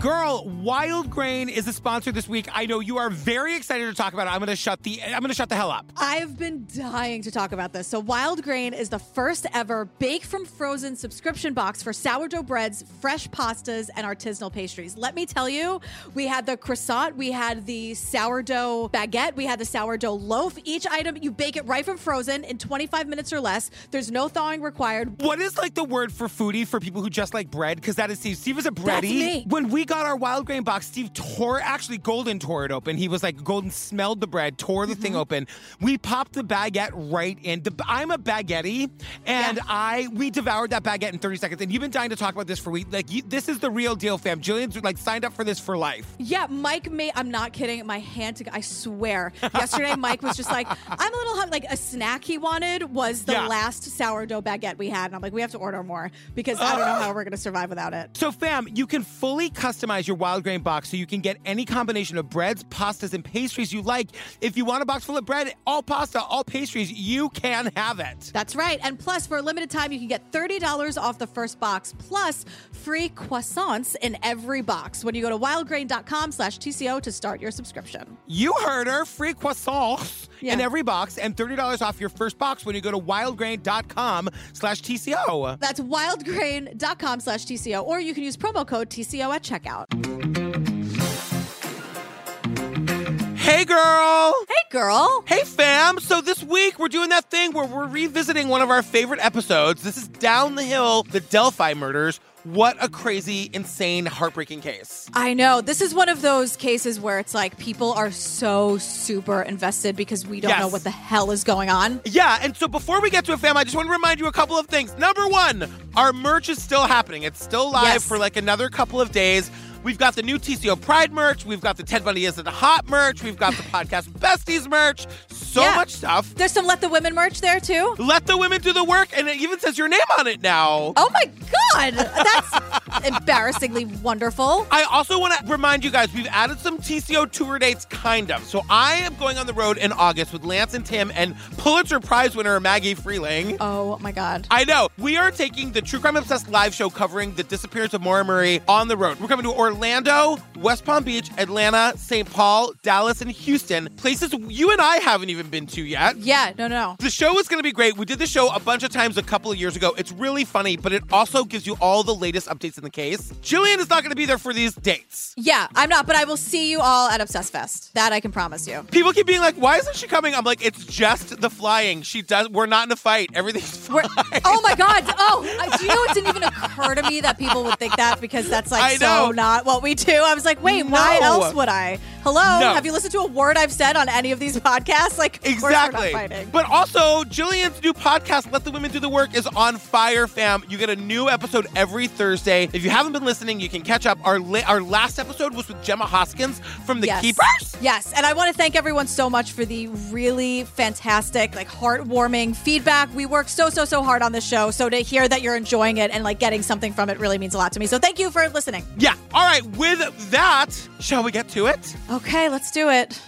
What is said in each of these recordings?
Girl, Wild Grain is the sponsor this week. I know you are very excited to talk about it. I'm gonna shut the I'm gonna shut the hell up. I've been dying to talk about this. So, Wild Grain is the first ever bake from frozen subscription box for sourdough breads, fresh pastas, and artisanal pastries. Let me tell you, we had the croissant, we had the sourdough baguette, we had the sourdough loaf. Each item, you bake it right from frozen in 25 minutes or less. There's no thawing required. What is like the word for foodie for people who just like bread? Because that is Steve. Steve is a bready. me. When we got our Wild Grain box, Steve tore actually Golden tore it open. He was like Golden smelled the bread, tore the thing open. We popped the baguette right in. The, I'm a baguette, and I we devoured that baguette in 30 seconds. And you've been dying to talk about this for weeks. Like you, this is the real deal, fam. Jillian's like signed up for this for life. Yeah, Mike made. I'm not kidding. My hand, to, I swear. Yesterday, Mike was just like, "I'm a little hungry." Like a snack he wanted was the Yeah. last sourdough baguette we had, and I'm like, "We have to order more because I don't know how we're gonna survive without it." So, fam, you can fully customize your wild grain box so you can get any combination of breads, pastas, and pastries you like. If you want a box full of bread, all pasta, all pastries, you can have it. That's right. And plus, for a limited time, you can get $30 off the first box, plus free croissants in every box when you go to wildgrain.com slash TCO to start your subscription. You heard her free croissants Yeah. in every box and $30 off your first box when you go to wildgrain.com slash TCO. That's wildgrain.com slash TCO, or you can use promo code TCO at checkout. Hey, girl. Hey, girl. Hey, fam. So this week we're doing that thing where we're revisiting one of our favorite episodes. This is Down the Hill, the Delphi murders. What a crazy, insane, heartbreaking case. I know. This is one of those cases where it's like people are so super invested because we don't Yes. know what the hell is going on. Yeah, and so before we get to it, fam, I just want to remind you a couple of things. Number one, our merch is still happening. It's still live Yes. for like another couple of days. We've got the new TCO Pride merch. We've got the Ted Bundy Isn't Hot merch. We've got the podcast Besties merch. So Yeah. much stuff. There's some Let the Women merch there, too. Let the women do the work, and it even says your name on it now. Oh my God. That's embarrassingly wonderful. I also want to remind you guys we've added some TCO tour dates, kind of. So I am going on the road in August with Lance and Tim and Pulitzer Prize winner Maggie Freeling. Oh my God. I know. We are taking the True Crime Obsessed live show covering the disappearance of Maura Murray on the road. We're coming to Orlando, West Palm Beach, Atlanta, St. Paul, Dallas, and Houston, places you and I haven't even been to yet. Yeah, no, no. The show is going to be great. We did the show a bunch of times a couple of years ago. It's really funny, but it also gives you all the latest updates in the case. Jillian is not going to be there for these dates. Yeah, I'm not, but I will see you all at Obsess Fest. That I can promise you. People keep being like, "Why isn't she coming?" I'm like, "It's just the flying. She does. We're not in a fight. Everything's fine." We're, oh my God. Oh, I- do you know it didn't even occur to me that people would think that because that's I like know. so not what we do. I was like, wait, why No. else would I? Hello? No. Have you listened to a word I've said on any of these podcasts? Like, of course Exactly. We're not fighting. But also, Jillian's new podcast, Let the Women Do the Work, is on fire, fam. You get a new episode every Thursday. If you haven't been listening, you can catch up. Our la- our last episode was with Gemma Hoskins from The Yes. Keepers. Yes, and I want to thank everyone so much for the really fantastic, like heartwarming feedback. We work so so so hard on this show, so to hear that you're enjoying it and like getting something from it really means a lot to me. So thank you for listening. Yeah. All right. With that, shall we get to it? Okay, let's do it.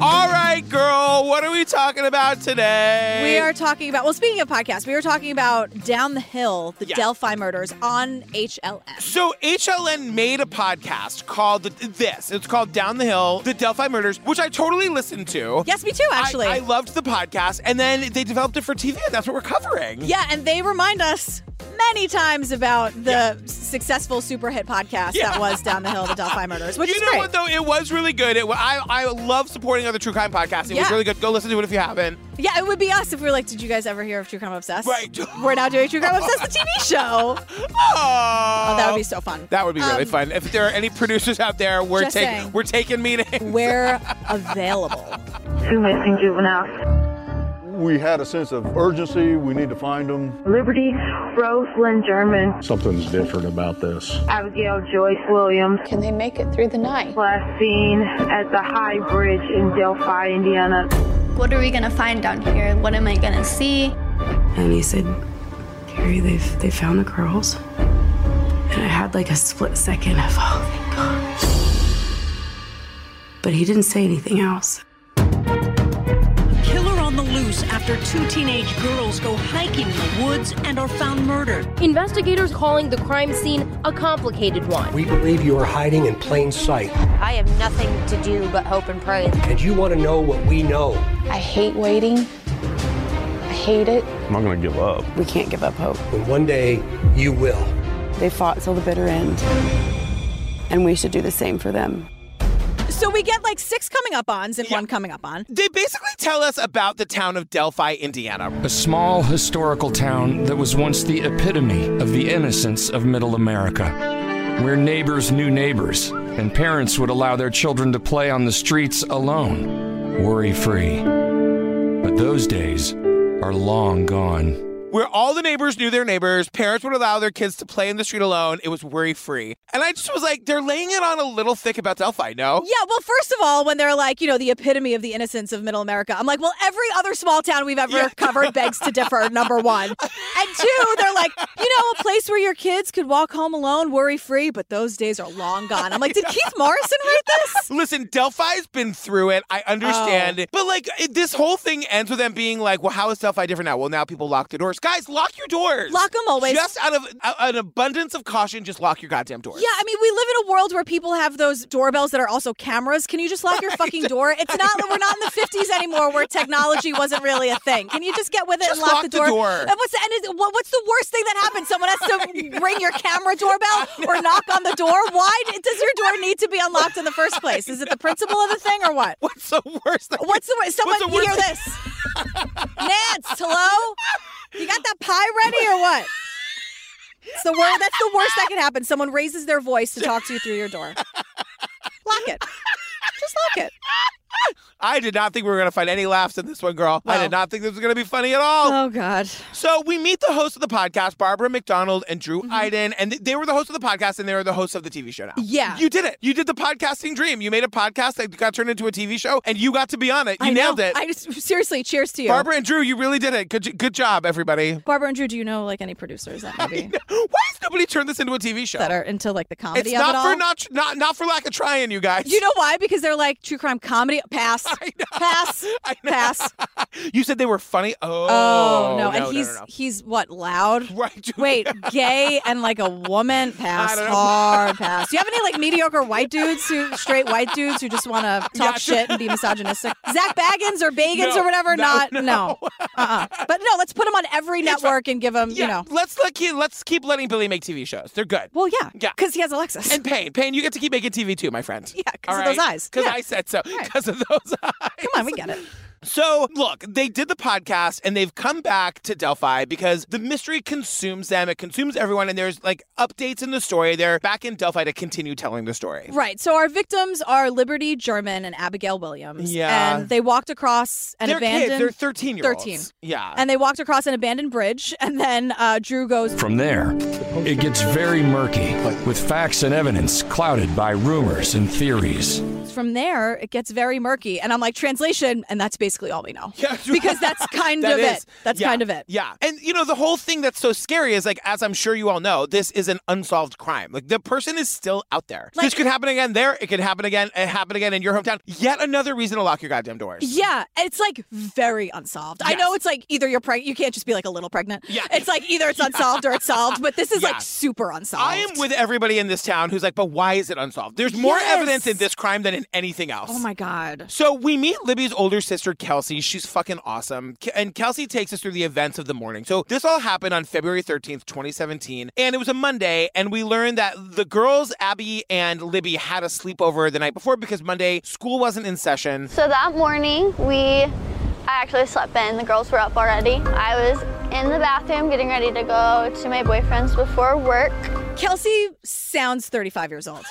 All right, girl. What are we talking about today? We are talking about, well, speaking of podcasts, we were talking about Down the Hill, the Yeah. Delphi murders on HLS. So HLN made a podcast called this. It's called Down the Hill: The Delphi Murders, which I totally listened to. Yes, me too, I- actually. I, loved the podcast, and then they developed it for TV, and that's what we're covering. yeah, and they remind us many times about the successful super hit podcast that was Down the Hill, the Delphi murders, which You is know great. what though? It was really good. It, wa- I I love supporting other true crime podcasts. It was Yeah. really good. Go listen to it if you haven't. Yeah, it would be us if we were like, did you guys ever hear of True Crime Obsessed? Right. We're now doing True Crime Obsessed, the TV show. Oh, Oh, That would be so fun. That would be really Um, fun. If there are any producers out there, we're just taking saying. we're taking meetings. We're available. Two missing juveniles. We had a sense of urgency. We need to find them. Liberty Roseland German, Something's different about this. Abigail Joyce Williams, Can they make it through the night? last seen at the High Bridge in Delphi, Indiana. What are we gonna find down here? What am I gonna see? And he said, Carrie, they've they found the girls. And I had like a split second of, oh, thank God. But he didn't say anything else. Killer on the loose after after two teenage girls go hiking in the woods and are found murdered. Investigators calling the crime scene a complicated one. We believe you are hiding in plain sight, I have nothing to do but hope and pray. and you want to know what we know. I hate waiting. I hate it. I'm not going to give up. We can't give up hope. And one day, you will. They fought till the bitter end, and we should do the same for them. So we get like six coming up ons and one coming up on. They basically tell us about the town of Delphi, Indiana. A small historical town that was once the epitome of the innocence of middle America, where neighbors knew neighbors, and parents would allow their children to play on the streets alone, worry free. But those days are long gone. Where all the neighbors knew their neighbors, parents would allow their kids to play in the street alone. It was worry free. And I just was like, they're laying it on a little thick about Delphi, no? Yeah, well, first of all, when they're like, you know, the epitome of the innocence of middle America, I'm like, well, every other small town we've ever covered begs to differ, number one. And two, they're like, you know, a place where your kids could walk home alone, worry free, but those days are long gone. I'm like, did Keith Morrison write this? Listen, Delphi's been through it. I understand. Oh. it. But like, it- this whole thing ends with them being like, well, how is Delphi different now? Well, now people lock their doors. Guys, lock your doors. Lock 'em always. Just out of uh, an abundance of caution, just lock your goddamn doors. Yeah, I mean, we live in a world where people have those doorbells that are also cameras. Can you just lock your fucking door? It's not we're not in the fifties anymore, where technology wasn't really a thing. Can you just get with it Just and lock, lock the the door? door. And what's the, and is, what, what's the worst thing that happened? Someone has to ring your camera doorbell or knock on the door. Why d- does your door need to be unlocked in the first place? Is it the principle of the thing or what? What's the worst thing? What's the worst? Someone the worst hear thing- this? Nance, hello. You got that pie ready or what? It's the wor- That's the worst that can happen. Someone raises their voice to talk to you through your door. Lock it. Just lock it. I did not think we were going to find any laughs in this one, girl. I No. did not think this was going to be funny at all. Oh God. So we meet the hosts of the podcast, Barbara McDonald and Drew Mm-hmm. Iden, and th- they were the hosts of the podcast, and they were the hosts of the TV show now. Yeah. you did it. You did the podcasting dream. You made a podcast that got turned into a TV show, and you got to be on it. You I nailed know. it. I just, seriously, cheers to you, Barbara and Drew, you really did it. Good, j- good job, everybody. Barbara and Drew. Do you know like any producers that maybe Why has nobody turned this into a TV show? that are into like the comedy it's of not it all? for not, not not for lack of trying, you guys. you know why? Because they're like true crime comedy. Pass. Pass. I know. Pass. you said they were funny. Oh, Oh, no. no, and he's no, no. he's what loud? Right. Wait, gay and like a woman pass don't know. hard pass. Do you have any like mediocre white dudes who straight white dudes who just want to talk shit and be misogynistic? Zach Baggins or Bagans No, or whatever? no, Not no. no. Uh-uh. But no, let's put them on every network and give them yeah, you know. let's let keep, let's keep letting Billy make TV shows. They're good. Well, yeah, Yeah. because he has Alexis. And Payne, Payne, you get to keep making TV too, my friend. Yeah, 'cause of those eyes. Because Yeah. I said so. Because of those eyes. Come on, we get it. So, look, they did the podcast and they've come back to Delphi because the mystery consumes them. It consumes everyone, and there's like updates in the story. They're back in Delphi to continue telling the story. Right. So our victims are Liberty German and Abigail Williams. Yeah. And they walked across an they're abandoned. kids. They're 13 year olds. 13. Yeah. and they walked across an abandoned bridge, and then uh, Drew goes. From there, it gets very murky, with facts and evidence clouded by rumors and theories. from there it gets very murky and i'm like translation and that's basically all we know Yeah. because that's kind That of is- it that's yeah, kind of it Yeah. And you know, the whole thing that's so scary is like, as I'm sure you all know, this is an unsolved crime. Like the person is still out there. this Like- could happen again there, it could happen again, it happened again in your hometown. Yet another reason to lock your goddamn doors. yeah it's like very unsolved i Yes. know it's like either you're pregnant you can't just be like a little pregnant Yeah. it's like either it's unsolved or it's solved but this is Yeah. like super unsolved I am with everybody in this town who's like, but why is it unsolved? There's more Yes. evidence in this crime than in anything else. oh my god So we meet Libby's older sister, Kelsey. She's fucking awesome. Ke- And Kelsey takes us through the events of the morning. So this all happened on February 13th, 2017. And it was a Monday. And we learned that the girls, Abby and Libby, had a sleepover the night before because Monday school wasn't in session. So that morning, we, I actually slept in. The girls were up already. I was in the bathroom getting ready to go to my boyfriend's before work. kelsey sounds 35 years old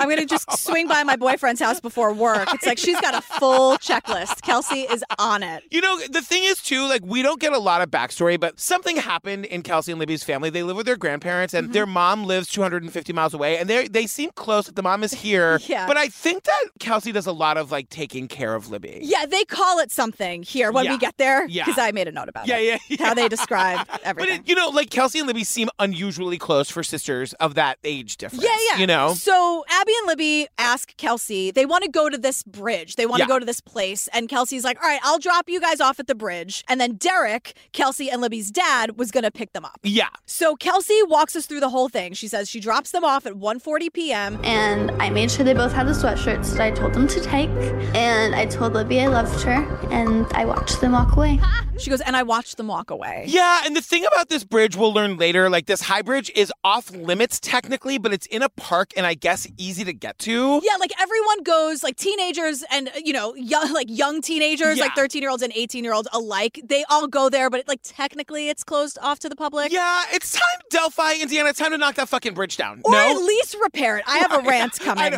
i'm gonna just swing by my boyfriend's house before work it's like she's got a full checklist kelsey is on it You know, the thing is, too, like, we don't get a lot of backstory, but something happened in Kelsey and Libby's family. They live with their grandparents, Mm-hmm. and their mom lives 250 miles away, and they they seem close. The mom is here. Yeah. But I think that Kelsey does a lot of, like, taking care of Libby. Yeah, they call it something here when Yeah. we get there. Yeah. Because I made a note about Yeah, it. yeah, yeah. How they describe But everything. it, you know, like Kelsey and Libby seem unusually close for sisters of that age difference. yeah, yeah. You know, So Abby and Libby ask Kelsey, they want to go to this bridge. They want Yeah. to go to this place. And Kelsey's like, all right, I'll drop you guys off at the bridge. And then Derek, Kelsey and Libby's dad, was going to pick them up. Yeah. So Kelsey walks us through the whole thing. She says she drops them off at 1.40 p.m. And I made sure they both had the sweatshirts that I told them to take. And I told Libby I loved her. And I watched them walk away. She goes, and I watched them walk away. Yeah, and the thing about this bridge we'll learn later, like this high bridge is off limits technically, but it's in a park and I guess easy to get to. Yeah, like everyone goes, like teenagers and uh, you know, young, like young teenagers, like Yeah. thirteen year olds and eighteen year olds alike. They all go there, but like technically, it's closed off to the public. Yeah, it's time, Delphi, Indiana, time to knock that fucking bridge down. Or no? at least repair it. I have a rant coming.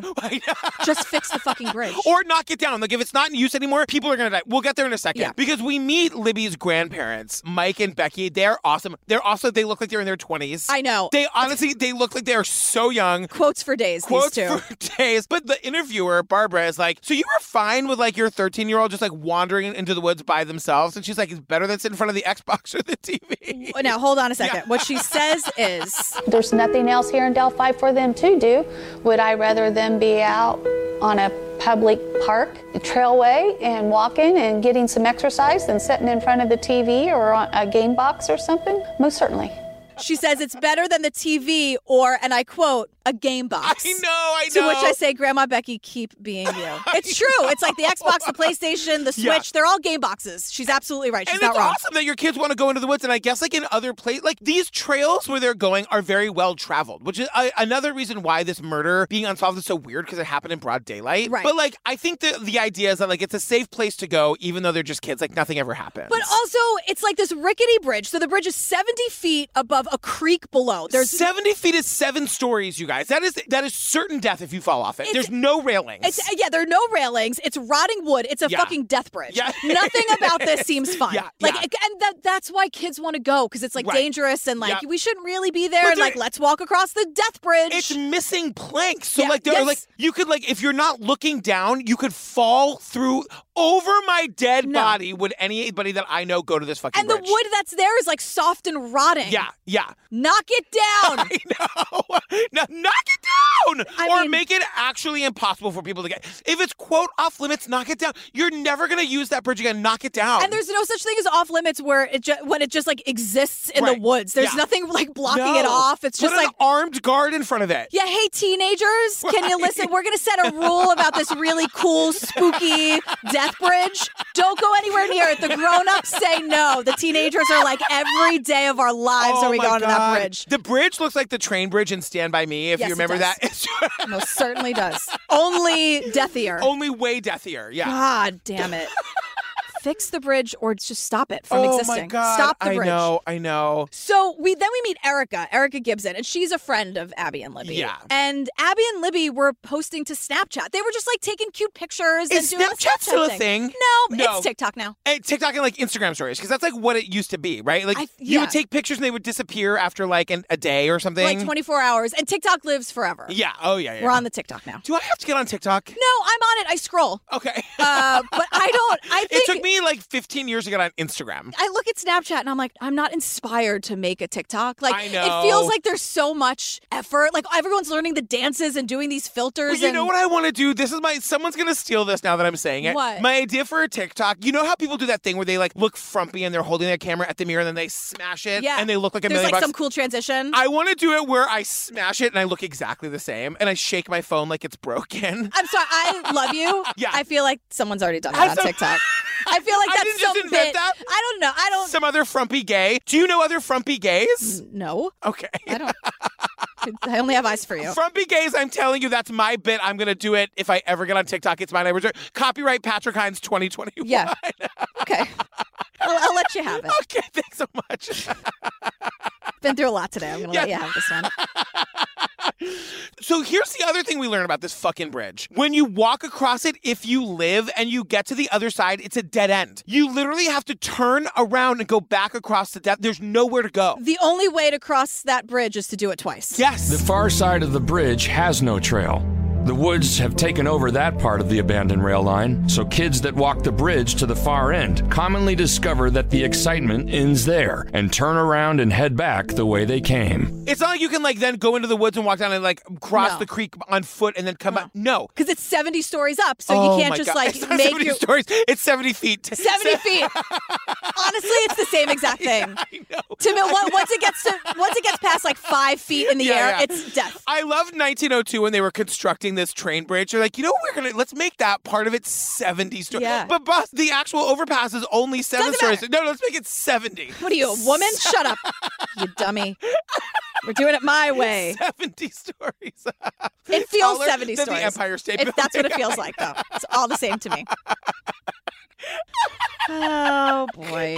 Just fix the fucking bridge. or knock it down. Like if it's not in use anymore, people are gonna die. We'll get there in a second. Yeah. Because we meet Libby's grandparents, Mike and Becky. They're awesome. They're also they look like they're in their twenties. I know. They honestly they look like they're so young. Quotes for days. Quotes these two. for days. But the interviewer, Barbara, is like, So you were fine with like your 13 year old just like wandering into the woods by themselves? And she's like, It's better than sit in front of the Xbox or the TV. now hold on a second. What she says is There's nothing else here in Delphi for them to do. Would I rather them be out on a public park trailway and walking and getting some exercise than sitting in front of the TV or on a game box or something? Most certainly. she says it's better than the TV or, and I quote, a game box. I know, I To which know. I say, Grandma Becky, keep being you. It's true. It's like the Xbox, the PlayStation, the Switch, Yeah. they're all game boxes. She's absolutely right. She's and not it's wrong. awesome that your kids want to go into the woods. And I guess like in other places, like these trails where they're going are very well traveled, which is uh, another reason why this murder being unsolved is so weird because it happened in broad daylight. Right. But like I think the the idea is that like it's a safe place to go, even though they're just kids. Like nothing ever happened. But also, it's like this rickety bridge. So the bridge is 70 feet above a creek below. There's 70 feet is seven stories, you guys. That is that is certain death if you fall off it. There's no railings. It's yeah, there are no railings. It's rotting wood. It's a Yeah. fucking death bridge. Yeah. Nothing about this seems fun. Yeah, Like yeah. and that that's why kids want to go cuz it's like Right. dangerous and like Yeah. we shouldn't really be there But and there- like let's walk across the death bridge. It's missing planks. So Yeah, like there are yes. like you could like if you're not looking down, you could fall through over my dead body would anybody that I know go to this fucking and the bridge. wood that's there is like soft and rotting. yeah, yeah. Knock it down. No, knock it down! or make it actually impossible for people to get. If it's quote off limits, knock it down. You're never gonna use that bridge again. Knock it down. and there's no such thing as off limits where it ju- when it just like exists in the Right. woods. There's Yeah. nothing like blocking it No. off. It's Put just an like armed guard in front of it. Yeah, hey teenagers, can you listen? We're gonna set a rule about this really cool, spooky death bridge. Don't go anywhere near it. The grown-ups say no. The teenagers are like, every day of our lives Oh are we my going to that God. bridge. The bridge looks like the train bridge in Stand By Me, if Yes, you it remember does. that. Most certainly does. Only deathier. Only way deathier, yeah. God damn it. Fix the bridge or just stop it from oh existing. my God. Stop the I bridge. know, I know. So we then we meet Erica, Erica Gibson, and she's a friend of Abby and Libby. Yeah. And Abby and Libby were posting to Snapchat. They were just like taking cute pictures and Is doing the Snapchat still a thing? No, No. it's TikTok now. And TikTok and like Instagram stories, because that's like what it used to be, right? Like I- you yeah. would take pictures and they would disappear after like an, a day or something. Like 24 hours. And TikTok lives forever. Yeah. Oh yeah. yeah. We're on the TikTok now. Do I have to get on TikTok? No, I'm on it. I scroll. Okay. Uh, but I don't. I think it took me like 15 years to get on Instagram. I look at Snapchat and I'm like, I'm not inspired to make a TikTok. Like, I it feels know. like there's so much effort. Like everyone's learning the dances and doing these filters. Well, you and know what I want to do? This is my someone's gonna steal this now that I'm saying it. What? My idea for a TikTok. You know how people do that thing where they like look frumpy and they're holding their camera at the mirror and then they smash it Yeah. and they look like a There's like million bucks. some cool transition. I want to do it where I smash it and I look exactly the same and I shake my phone like it's broken. I'm sorry. I love you. Yeah. I feel like someone's already done I'm that on so- TikTok. I feel like I that's didn't some just invent bit- that. I don't know. I don't. Some other frumpy gay. Do you know other frumpy gays? No. Okay. I don't. I only have eyes for you. Frumpy gays, I'm telling you, that's my bit. I'm gonna do it if I ever get on TikTok. It's mine. I reserve. Copyright Patrick Hines 2021. Yeah. Okay. I'll, I'll let you have it. Okay, thanks so much. Been through a lot today. I'm gonna let you have this one. So here's the other thing we learn about this fucking bridge. When you walk across it, if you live and you get to the other side, it's a dead end. You literally have to turn around and go back across the death. There's nowhere to go. The only way to cross that bridge is to do it twice. Yes. The far side of the bridge has no trail. The woods have taken over that part of the abandoned rail line, so kids that walk the bridge to the far end commonly discover that the excitement ends there and turn around and head back the way they came. It's not like you can like then go into the woods and walk down and like cross the creek on foot and then come out. No. Because it's 70 stories up, so Oh you can't my just God. like It's not make 70 your stories. It's 70 feet. 70 feet. Honestly, it's the same exact thing. To me, on- once it gets to once it gets past like five feet in the Yeah, air, yeah. it's death. I loved 1902 when they were constructing this train bridge. They're like, you know, what we're gonna let's make that part of it 70 stories. Yeah. But boss, the actual overpass is only 7 stories. No, no, let's make it 70. What are you, a woman? Shut up, you dummy. We're doing it my way. 70 stories. It feels Taller 70 than the stories. Empire State It- that's what it Building. feels like, though. It's all the same to me. Oh boy.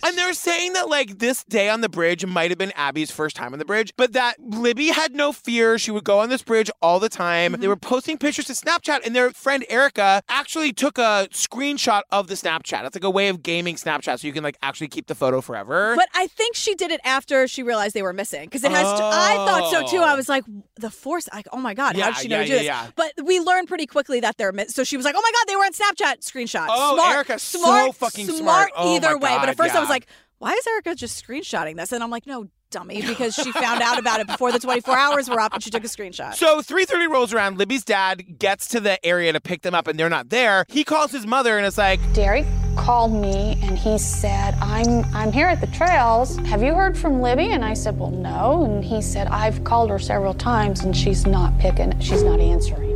And they're saying that like this day on the bridge might have been Abby's first time on the bridge, but that Libby had no fear. She would go on this bridge all the time. They were posting pictures to Snapchat, and their friend Erica actually took a screenshot of the Snapchat. It's like a way of gaming Snapchat, so you can like actually keep the photo forever. But I think she did it after she realized they were missing because it has. I thought so too. I was like, the force. Like, oh my god, Yeah, how did she know to yeah, do yeah, this? yeah. But we learned pretty quickly that they're missing. So she was like, oh my god, they were on Snapchat screenshot. Oh, smart, Erica's so smart, fucking smart. smart. Oh my either way. but God, at first I was yeah. like, why is Erica just screenshotting this? And I'm like, no, dummy, because she found out about it before the 24 hours were up and she took a screenshot. So 3:30 rolls around. Libby's dad gets to the area to pick them up, and they're not there. He calls his mother, and it's like, Derek called me and he said, I'm I'm here at the trails. Have you heard from Libby? And I said, Well, no. And he said, I've called her several times and she's not picking she's not answering.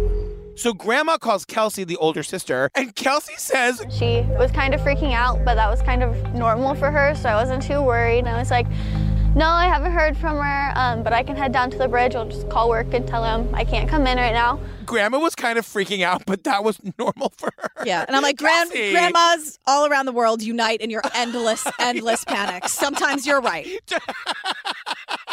so Grandma calls Kelsey, the older sister, and Kelsey says, She was kind of freaking out, but that was kind of normal for her, so I wasn't too worried. I was like, no, I haven't heard from her, um, but I can head down to the bridge. I'll just call work and tell them I can't come in right now. Grandma was kind of freaking out, but that was normal for her. Yeah, and I'm like, Grand- Cassie. grandmas all around the world unite in your endless, endless panic. Sometimes you're right.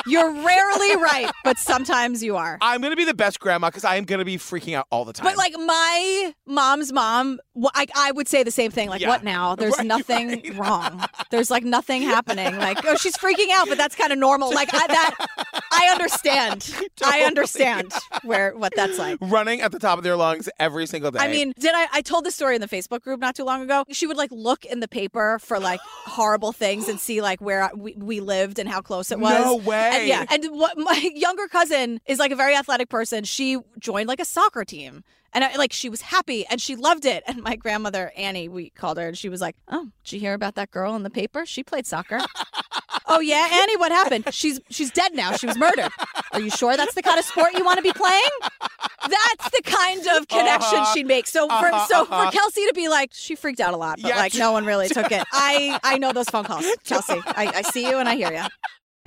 You're rarely right, but sometimes you are. I'm gonna be the best grandma because I am gonna be freaking out all the time. But like my mom's mom, wh- I, I would say the same thing. Like, Yeah. what now? There's Right, nothing wrong. There's like nothing happening. Like, oh, she's freaking out, but that's kind of normal. Like I, that, I understand. I Totally. understand where what that's like. running at the top of their lungs every single day. I mean, did I? I told the story in the Facebook group not too long ago. She would like look in the paper for like horrible things and see like where I- we, we lived and how close it was. No way. And, yeah. And what my younger cousin is like a very athletic person. She joined like a soccer team. And I, like she was happy and she loved it. And my grandmother Annie, we called her, and she was like, "Oh, did you hear about that girl in the paper? She played soccer." oh yeah, Annie, what happened? She's she's dead now. She was murdered. Are you sure that's the kind of sport you want to be playing? That's the kind of connection Uh-huh. she makes. So Uh-huh, for so uh-huh. for Kelsey to be like, she freaked out a lot, but Yeah, like no one really took it. I I know those phone calls, Kelsey. I, I see you and I hear you.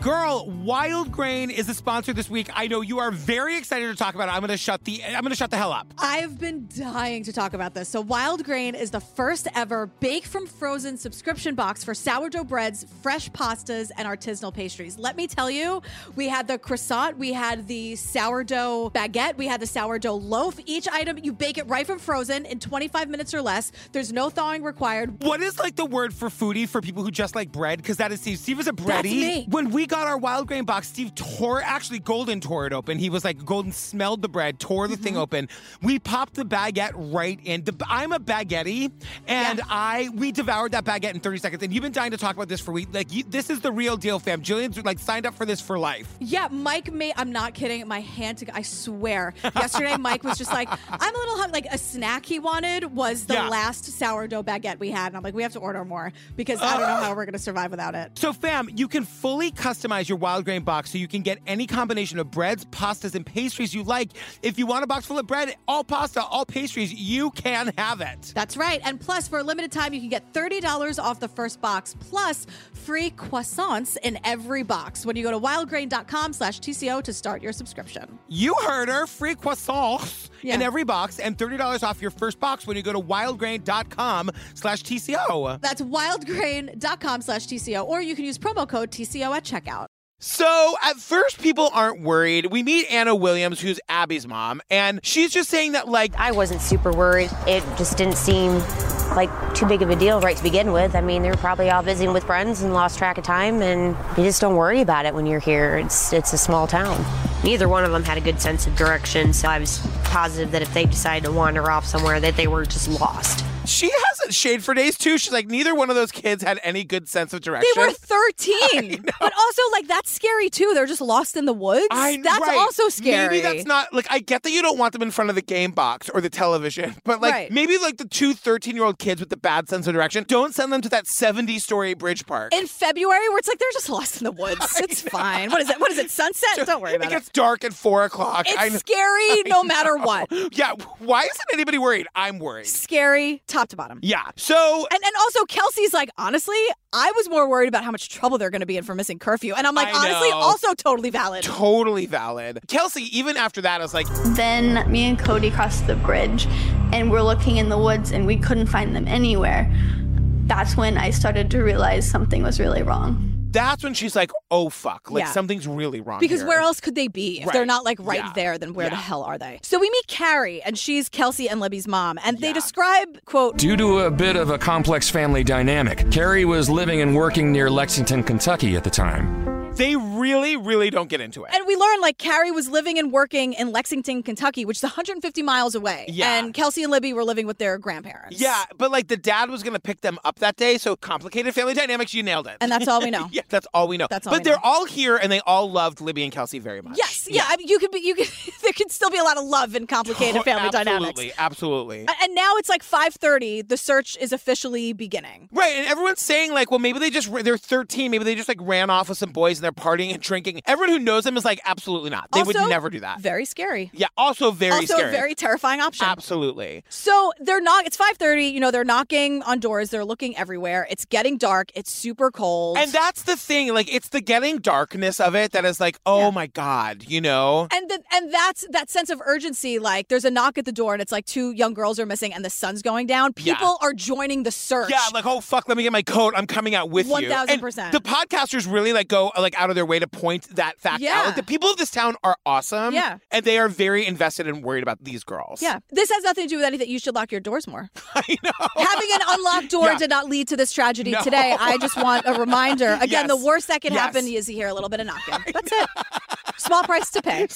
Girl, Wild Grain is a sponsor this week. I know you are very excited to talk about it. I'm gonna shut the I'm gonna shut the hell up. I've been dying to talk about this. So, Wild Grain is the first ever bake from frozen subscription box for sourdough breads, fresh pastas, and artisanal pastries. Let me tell you, we had the croissant, we had the sourdough baguette, we had the sourdough loaf. Each item, you bake it right from frozen in 25 minutes or less. There's no thawing required. What is like the word for foodie for people who just like bread? Because that is Steve. Steve is a bready. me. When we got our wild grain box, Steve tore actually Golden tore it open. He was like Golden smelled the bread, tore the thing open. We popped the baguette right in. The, I'm a baguette, and I we devoured that baguette in 30 seconds. And you've been dying to talk about this for weeks. Like you, this is the real deal, fam. Jillian's like signed up for this for life. Yeah, Mike made. I'm not kidding. My hand to. I swear. Yesterday, Mike was just like, "I'm a little hungry." Like a snack he wanted was the Yeah. last sourdough baguette we had, and I'm like, "We have to order more because I don't know how we're gonna survive without it." So, fam, you can fully customize your wild grain box so you can get any combination of breads, pastas, and pastries you like. If you want a box full of bread, all pasta, all pastries, you can have it. That's right. And plus, for a limited time, you can get $30 off the first box, plus free croissants in every box when you go to wildgrain.com slash TCO to start your subscription. You heard her. Free croissants Yeah. in every box and $30 off your first box when you go to wildgrain.com slash TCO. That's wildgrain.com slash TCO, or you can use promo code TCO at checkout. So at first, people aren't worried. We meet Anna Williams, who's Abby's mom, and she's just saying that, like, I wasn't super worried. It just didn't seem like too big of a deal right to begin with. I mean, they were probably all visiting with friends and lost track of time, and you just don't worry about it when you're here. It's it's a small town. Neither one of them had a good sense of direction, so I was positive that if they decided to wander off somewhere, that they were just lost. She has a shade for days too. She's like, neither one of those kids had any good sense of direction. They were 13. But also, like, that's scary too. They're just lost in the woods. I- that's right. also scary. Maybe that's not like I get that you don't want them in front of the game box or the television, but like Right. maybe like the two 13 year old kids with the bad sense of direction, don't send them to that 70 story bridge park. in February where it's like they're just lost in the woods. It's fine. What is it? What is it? Sunset? Don't worry it about it. gets dark at four o'clock. It's I kn- scary no matter know. what. Yeah. Why isn't anybody worried? I'm worried. Scary top to bottom. Yeah. So And and also Kelsey's like, honestly, I was more worried about how much trouble they're gonna be in for missing curfew. And I'm like, I honestly, know. also totally valid. totally valid. Kelsey, even after that, I was like, Then me and Cody crossed the bridge and we're looking in the woods and we couldn't find them anywhere. That's when I started to realize something was really wrong. that's when she's like, oh fuck, like Yeah. something's really wrong. Because here. where else could they be? If they're Right. not like right Yeah. there, then where the Yeah. hell are they? So we meet Carrie, and she's Kelsey and Libby's mom, and they describe, quote, Due to a bit of a complex family dynamic, Carrie was living and working near Lexington, Kentucky at the time. they really, really don't get into it. And we learned like Carrie was living and working in Lexington, Kentucky, which is 150 miles away. Yeah. And Kelsey and Libby were living with their grandparents. Yeah, but like the dad was going to pick them up that day, so complicated family dynamics, you nailed it. And that's all we know. yeah, that's all we know. That's all but we they're know. all here and they all loved Libby and Kelsey very much. Yes. Yeah. I mean, you could be. You could. there could still be a lot of love in complicated family dynamics. Oh, Absolutely, absolutely. A- And now it's like 5:30. The search is officially beginning. Right, and everyone's saying like, well, maybe they just they're 13, maybe they just like ran off with some boys and they're partying and drinking. Everyone who knows them is like, absolutely not. They would Also, never do that. Very scary. yeah, also very also scary. a very terrifying option. absolutely. So they're not. It's 5:30. You know, they're knocking on doors. They're looking everywhere. It's getting dark. It's super cold. And that's the thing, like it's the getting darkness of it that is like, oh my god, you know. and the, and that's that sense of urgency like there's a knock at the door and it's like two young girls are missing and the sun's going down Yeah. people are joining the search Yeah, like oh fuck, let me get my coat. I'm coming out with you. And 1000%. The podcasters really like go like out of their way to point that fact Yeah. out. Like, the people of this town are awesome. Yeah. and they are very invested and worried about these girls. yeah this has nothing to do with anything you should lock your doors more i know having an unlocked door Yeah. did not lead to this tragedy No. today i just want a reminder again the Yes. worst that can Yes. happen is you hear a little bit of knocking that's it small price to pay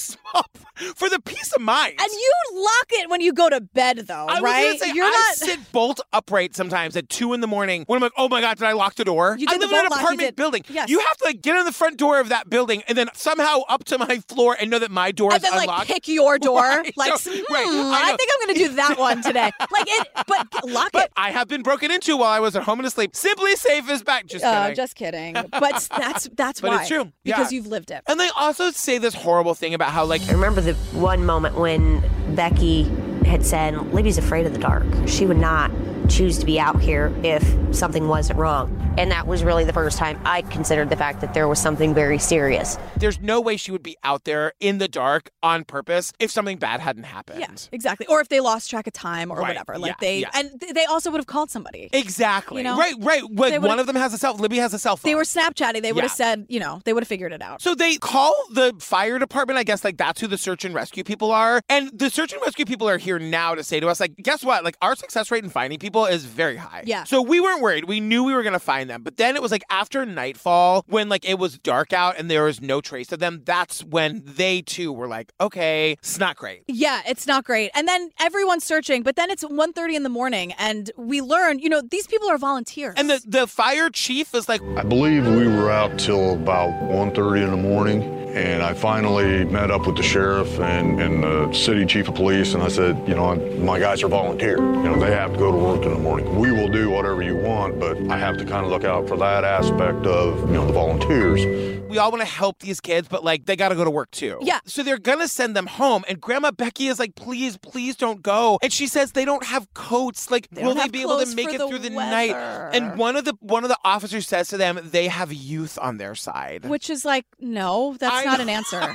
for the peace of mind. and you lock it when you go to bed though I was right gonna say you're I not sit bolt upright sometimes at two in the morning when I'm like, oh my god, did I lock the door? You I did the live in an bolt lock, you apartment did- building. Yes. You have to like get in the front door of that building and then somehow up to my floor and know that my door and is then like unlocked. pick your door. Right. Like, No, hmm, right. I I, know. think I'm gonna do that one today. Like it, but lock but it. I have been broken into while I was at home and asleep. Simply safe is back. Just Uh, kidding. just kidding. But that's that's But why. it's true. because Yeah. you've lived it. And they also say this horrible thing about how like I remember the one moment when Becky had said, Libby's afraid of the dark. She would not choose to be out here if something wasn't wrong. And that was really the first time I considered the fact that there was something very serious. there's no way she would be out there in the dark on purpose if something bad hadn't happened. Yeah, exactly. Or if they lost track of time or Right. whatever. Like Yeah, they yeah. and th- they also would have called somebody. Exactly. You know? Right, right. Like, would've- one of them has a cell Libby has a cell phone. They were Snapchatting. They would have Yeah. said, you know, they would have figured it out. So they call the fire department. I guess like that's who the search and rescue people are. And the search and rescue people are here now to say to us, like, guess what? Like our success rate in finding people is very high. Yeah. So we weren't worried. We knew we were gonna find them. But then it was like after nightfall, when like it was dark out and there was no trace of them, that's when they too were like, okay, it's not great. Yeah, it's not great. And then everyone's searching, but then it's 1.30 in the morning and we learn, you know, these people are volunteers. And the, the fire chief is like, I believe we were out till about 1.30 in the morning, and I finally met up with the sheriff and, and the city chief of police, and I said, you know, my guys are volunteer. You know, they have to go to work in the morning. We will do whatever you want, but I have to kind of look out for that aspect of, you know, the volunteers. we all want to help these kids, but like they got to go to work too. Yeah. So they're going to send them home. And Grandma Becky is like, please, please don't go. And she says they don't have coats. Like, They will don't they have be able to clothes make for it the through the night? And weather. one of the one of the officers says to them, they have youth on their side. which is like, no, that's I not an answer.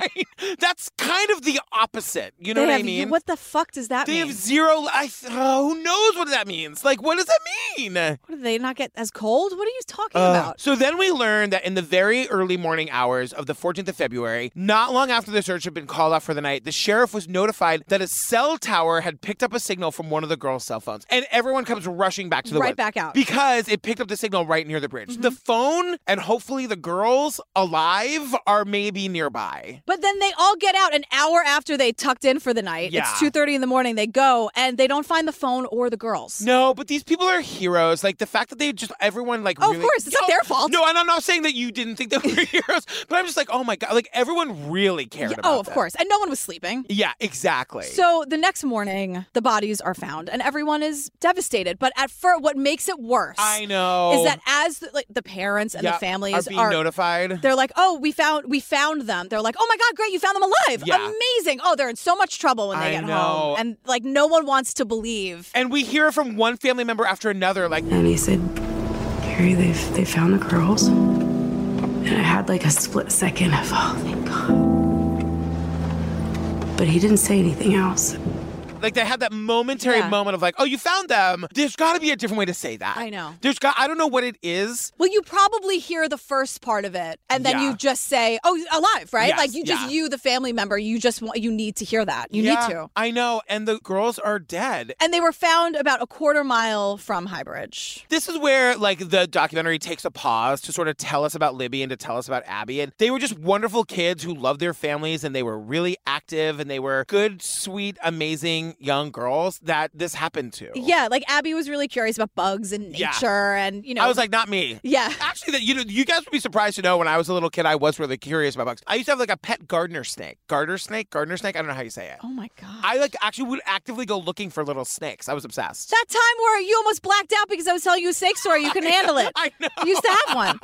That's kind of the opposite. You know They what I have- mean? What the fuck does that they mean? have zero. I, oh, who knows what that means? Like, what does that mean? What, do they not get as cold? What are you talking Uh, about? So then we learned that in the very early morning hours of the 14th of February, not long after the search had been called off for the night, the sheriff was notified that a cell tower had picked up a signal from one of the girls' cell phones. And everyone comes rushing back to the Right woods back out. Mm-hmm. Because it picked up the signal right near the bridge. The phone and hopefully the girls alive are maybe nearby. But then they all get out an hour after they tucked in for the night. Yeah. It's two thirty in the morning. They go and they don't find the phone or the girls. No, but these people are heroes. Like the fact that they just everyone like. Oh, of really, course, it's not their fault. No, and I'm not saying that you didn't think they were heroes, but I'm just like, oh my god, like everyone really cared about. Oh, of them. course, and no one was sleeping. Yeah, exactly. So the next morning, the bodies are found, and everyone is devastated. But at first, what makes it worse? I know. Is that as the, like the parents and Yeah, the families are being notified? They're like, "Oh, we found we found them." They're like, "Oh my god, great, you found them alive! Yeah. Amazing!" Oh, they're in so much trouble when they I get know. home, and like no one wants to believe. and we hear from one family member after another, like, And he said, Carrie, they've, they found the girls. And I had like a split second of, oh, thank God. But he didn't say anything else. like they had that momentary Yeah. moment of like, oh, you found them. There's got to be a different way to say that. I know. There's got. I don't know what it is. Well, you probably hear the first part of it, and then Yeah. you just say, "Oh, alive!" Right? Yes, like you just yeah. you, the family member, you just want you need to hear that. You Yeah, need to. I know. And the girls are dead. And they were found about a quarter mile from Highbridge. This is where like the documentary takes a pause to sort of tell us about Libby and to tell us about Abby. And they were just wonderful kids who loved their families and they were really active and they were good, sweet, amazing young girls that this happened to. Yeah, like Abby was really curious about bugs and nature, Yeah. and you know, I was like, not me. Yeah. Actually, that you know, you guys would be surprised to know when I was a little kid, I was really curious about bugs. I used to have like a pet gardener snake, garter snake, gardener snake. I don't know how you say it. Oh my god. I like actually would actively go looking for little snakes. I was obsessed. That time where you almost blacked out because I was telling you a snake story, you can handle it. I know. You used to have one.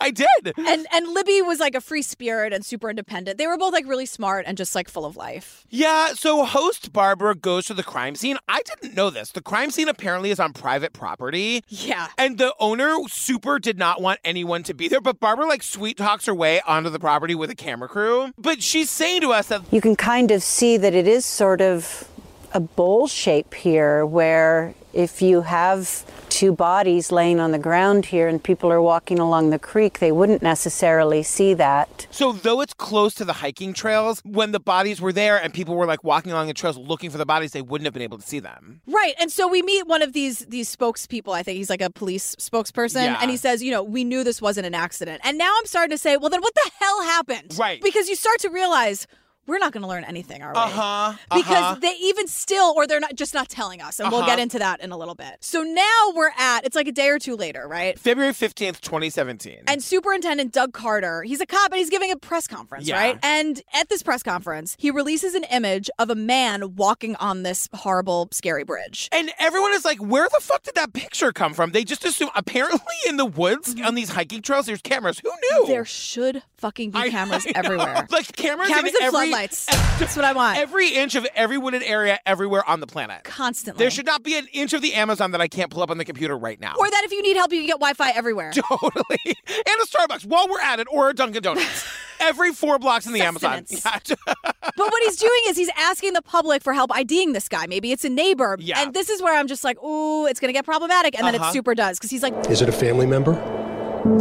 I did. And and Libby was like a free spirit and super independent. They were both like really smart and just like full of life. Yeah, so host Barbara goes to the crime scene. I didn't know this. The crime scene apparently is on private property. Yeah. And the owner super did not want anyone to be there, but Barbara like sweet talks her way onto the property with a camera crew. But she's saying to us that You can kind of see that it is sort of a bowl shape here, where if you have two bodies laying on the ground here and people are walking along the creek, they wouldn't necessarily see that. So though it's close to the hiking trails, when the bodies were there and people were like walking along the trails looking for the bodies, they wouldn't have been able to see them. Right. And so we meet one of these these spokespeople, I think he's like a police spokesperson, Yeah. and he says, you know, we knew this wasn't an accident. And now I'm starting to say, well then what the hell happened? Right. Because you start to realize we're not going to learn anything, are we? Uh-huh. because uh-huh. they even still or they're not just not telling us and we'll Uh-huh. get into that in a little bit so now we're at it's like a day or two later right February 15th, 2017. and superintendent doug carter he's a cop and he's giving a press conference Yeah. right and at this press conference he releases an image of a man walking on this horrible scary bridge And everyone is like, where the fuck did that picture come from? They just assume apparently in the woods Mm-hmm. on these hiking trails there's cameras. Who knew? there should fucking be cameras I know. everywhere Like cameras, cameras in and every, floodlights that's what i want Every inch of every wooded area everywhere on the planet. Constantly. There should not be an inch of the Amazon that I can't pull up on the computer right now. or that if you need help you can get wi-fi everywhere Totally. And a Starbucks while we're at it, or a Dunkin' Donuts. Every four blocks in the Amazon. Yeah. but what he's doing is he's asking the public for help IDing this guy. Maybe it's a neighbor. Yeah. And this is where I'm just like, ooh, it's going to get problematic. And then Uh-huh. it super does because he's like, Is it a family member?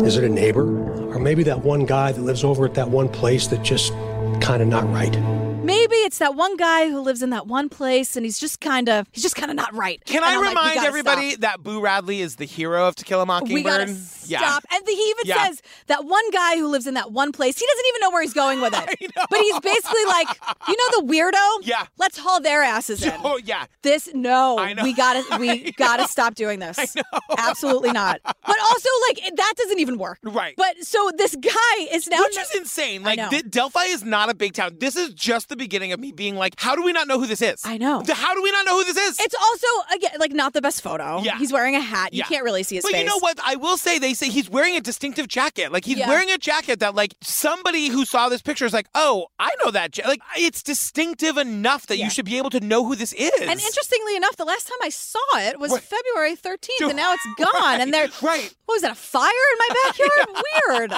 Is it a neighbor? Or maybe that one guy that lives over at that one place that just kind of not right? maybe it's that one guy who lives in that one place and he's just kind of, he's just kind of not right. Can And I I'm like, we remind gotta everybody stop. that Boo Radley is the hero of To Kill a Mockingbird? We gotta Yeah. Stop. And he even Yeah. says that one guy who lives in that one place, he doesn't even know where he's going with it. But he's basically like, you know the weirdo? Yeah. Let's haul their asses in. Oh yeah. This no, we gotta we gotta stop doing this. Absolutely not. But also, like it- that doesn't even work. Right. But so this guy is now Which is insane. Like know. Delphi is not a big town. This is just the beginning of me being like, how do we not know who this is? I know. How do we not know who this is? It's also again like not the best photo. Yeah. He's wearing a hat. You Yeah. can't really see his but face. you know what? I will say they say he's wearing a distinctive jacket. Like he's Yeah. wearing a jacket that like somebody who saw this picture is like, oh, I know that. Ja-. Like it's distinctive enough that you should be able to know who this is. And interestingly enough, the last time I saw it was February 13th, and now it's gone. And there, right? What was that? A fire in my backyard? Weird.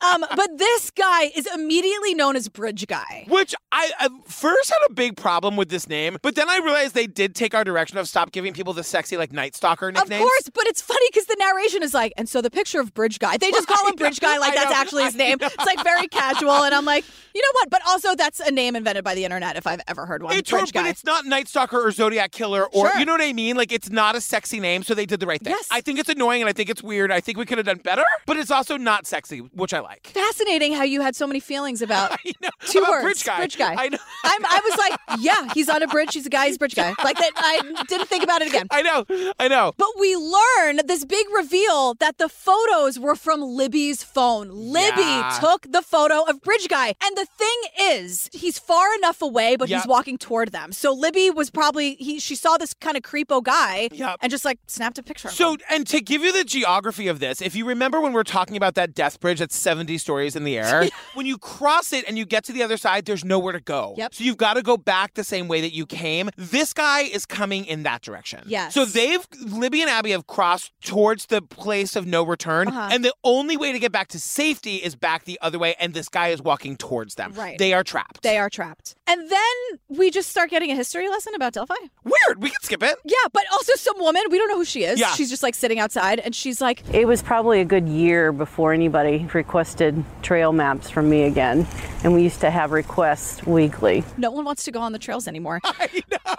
Um, but this guy is immediately known as Bridge Guy. Which I at first had a big problem with this name, but then I realized they did take our direction of stop giving people the sexy like Night Stalker Of nicknames. course, but it's funny because the narration is like, and so the picture of Bridge Guy, they just call him Bridge Guy like I that's know, actually his I name. know. It's like very casual, and I'm like, you know what? But also, that's a name invented by the internet if I've ever heard one. It's her, Bridge but Guy. it's not Night Stalker or Zodiac Killer or Sure. you know what I mean. Like it's not a sexy name, so they did the right thing. Yes. I think it's annoying and I think it's weird. I think we could have done better, but it's also not sexy, which I like. Fascinating how you had so many feelings about two about words. Bridge Guy. I know. I'm, I was like, yeah, he's on a bridge. He's a guy. He's a bridge guy. Like that. I didn't think about it again. I know. I know. But we learn this big reveal that the photos were from Libby's phone. Libby Yeah. took the photo of Bridge Guy. And the thing is, he's far enough away, but Yep. he's walking toward them. So Libby was probably he she saw this kind of creepo guy and just like snapped a picture of him. So, and to give you the geography of this, if you remember when we are talking about that death bridge that's 70 stories in the air, when you cross it and you get to the other side, there's nowhere to go. Yep. So you've got to go back the same way that you came. This guy is coming in that direction. Yes. So they've, Libby and Abby have crossed towards the place of no return. Uh-huh. And the only way to get back to safety is back the other way. And this guy is walking towards them. Right. They are trapped. They are trapped. And then we just start getting a history lesson about Delphi. Weird. We can skip it. Yeah, but also some woman, we don't know who she is. Yeah. She's just like sitting outside and she's like, It was probably a good year before anybody requested trail maps from me again, and we used to have requests weekly. no one wants to go on the trails anymore.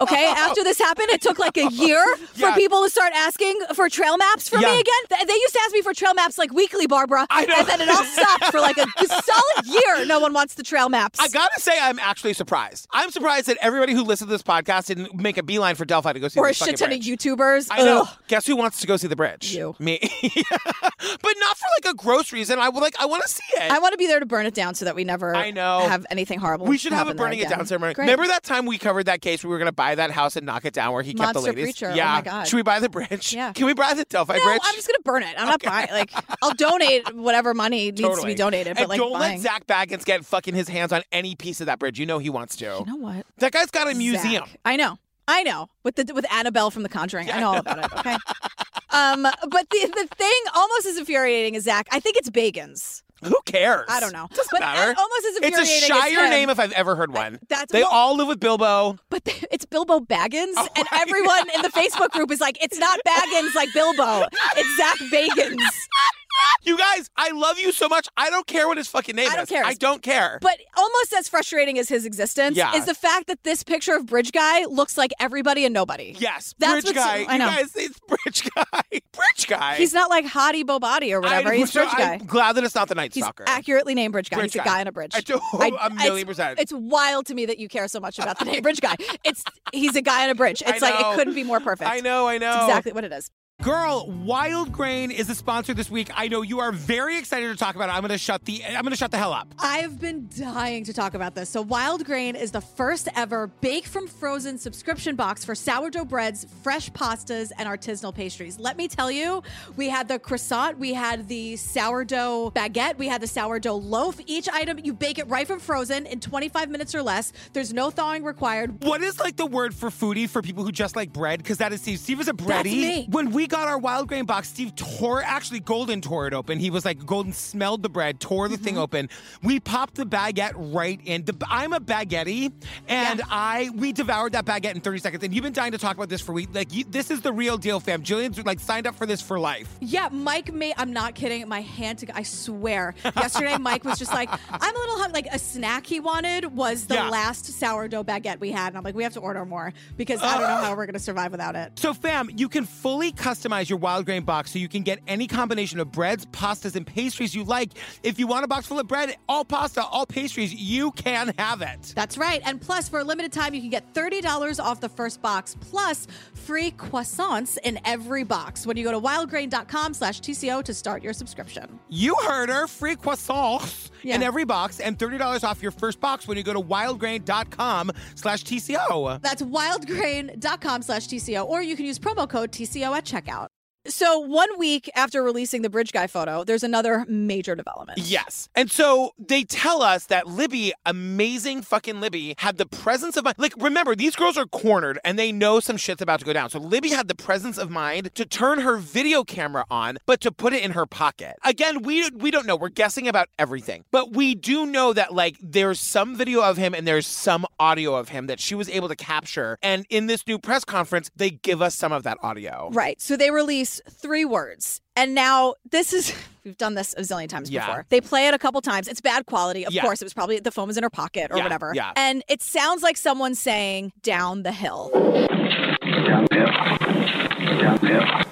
Okay, after this happened, it took like a year Yeah. for people to start asking for trail maps for Yeah. me again. Th- They used to ask me for trail maps like weekly, Barbara. I know. And then it all stopped for like a solid year. No one wants the trail maps. I gotta say, I'm actually surprised. I'm surprised that everybody who listened to this podcast didn't make a beeline for Delphi to go see or a this fucking shit ton of bridge. YouTubers. I know. Ugh. Guess who wants to go see the bridge? You. Me. but not for like a gross reason. I would like. I want to see it. I want to be there to burn it down so that we never I know. have anything horrible. we should have a happen there burning it again. down ceremony. Great. Remember that time we covered that case? We were going to buy that house and knock it down where he kept the Monster ladies. Preacher. Oh Yeah. my God. Should we buy the bridge? Yeah. Can we buy the Delphi No, bridge? I'm just gonna burn it. I'm not buying. Like, I'll donate whatever money needs to Totally. be donated, but and like don't buying. let Zach Baggins get fucking his hands on any piece of that bridge. You know he wants to. You know what? That guy's got a museum. Zach. I know. I know. With the with Annabelle from The Conjuring. I know all about it. Okay. um, but the the thing almost as infuriating as Zach. I think it's Bagans. Who cares? I don't know. Doesn't But matter. a- almost as it's a infuriating as shyer him. name if I've ever heard one. that's- they well- all live with Bilbo. But the- it's Bilbo Baggins, Oh and everyone in the Facebook group is like, "It's not Baggins like Bilbo. It's Zach Bagans." You guys, I love you so much. I don't care what his fucking name I don't is. care. I don't care. But almost as frustrating as his existence Yeah. is the fact that this picture of Bridge Guy looks like everybody and nobody. yes, That's bridge what's- guy. I know. You guys, it's bridge guy. Bridge guy. He's not like Hottie Bobati or whatever. I- He's so Bridge Guy. I'm glad that it's not the Night He's Stalker. accurately named Bridge Guy. Bridge He's a guy. guy on a bridge. I do- a million percent. It's wild to me that you care so much about the name Bridge Guy. It's he's a guy on a bridge. I It's like know. it couldn't be more perfect. I know, I know. It's exactly what it is. Girl, Wild Grain is the sponsor this week. I know you are very excited to talk about it. I'm gonna shut the I'm gonna shut the hell up. I've been dying to talk about this. So, Wild Grain is the first ever bake from frozen subscription box for sourdough breads, fresh pastas, and artisanal pastries. Let me tell you, we had the croissant, we had the sourdough baguette, we had the sourdough loaf. Each item, you bake it right from frozen in 25 minutes or less. There's no thawing required. What is like the word for foodie for people who just like bread? Because that is Steve. Steve is a bready. That's me. When we got our wild grain box, Steve tore actually Golden tore it open. He was like Golden smelled the bread, tore the thing Mm-hmm. open. We popped the baguette right in. The, I'm a baguette, and I we devoured that baguette in 30 seconds. And you've been dying to talk about this for weeks. Like you, this is the real deal, fam. Jillian's like signed up for this for life. Yeah, Mike made. I'm not kidding. My hand to. I swear. Yesterday, Mike was just like, "I'm a little hungry." Like a snack he wanted was the Yeah. last sourdough baguette we had, and I'm like, "We have to order more because I don't know how we're gonna survive without it." So, fam, you can fully customize customize your wild grain box so you can get any combination of breads, pastas, and pastries you like. If you want a box full of bread, all pasta, all pastries, you can have it. That's right. And plus, for a limited time, you can get $30 off the first box, plus free croissants in every box when you go to wildgrain.com slash TCO to start your subscription. You heard her. Free croissants in Yeah. every box and $30 off your first box when you go to wildgrain.com slash TCO. That's wildgrain.com slash TCO, or you can use promo code TCO at checkout. So one week after releasing the bridge guy photo, there's another major development. Yes. And so they tell us that Libby, amazing fucking Libby, had the presence of mind. Like, remember, these girls are cornered and they know some shit's about to go down. So Libby had the presence of mind to turn her video camera on, but to put it in her pocket. Again, we we don't know. We're guessing about everything. But we do know that like there's some video of him and there's some audio of him that she was able to capture. And in this new press conference, they give us some of that audio. Right. So they release three words. And now this is we've done this a zillion times Yeah. before. They play it a couple times. It's bad quality, of Yeah. course. It was probably the phone was in her pocket or Yeah, whatever. yeah. And it sounds like someone saying down the hill.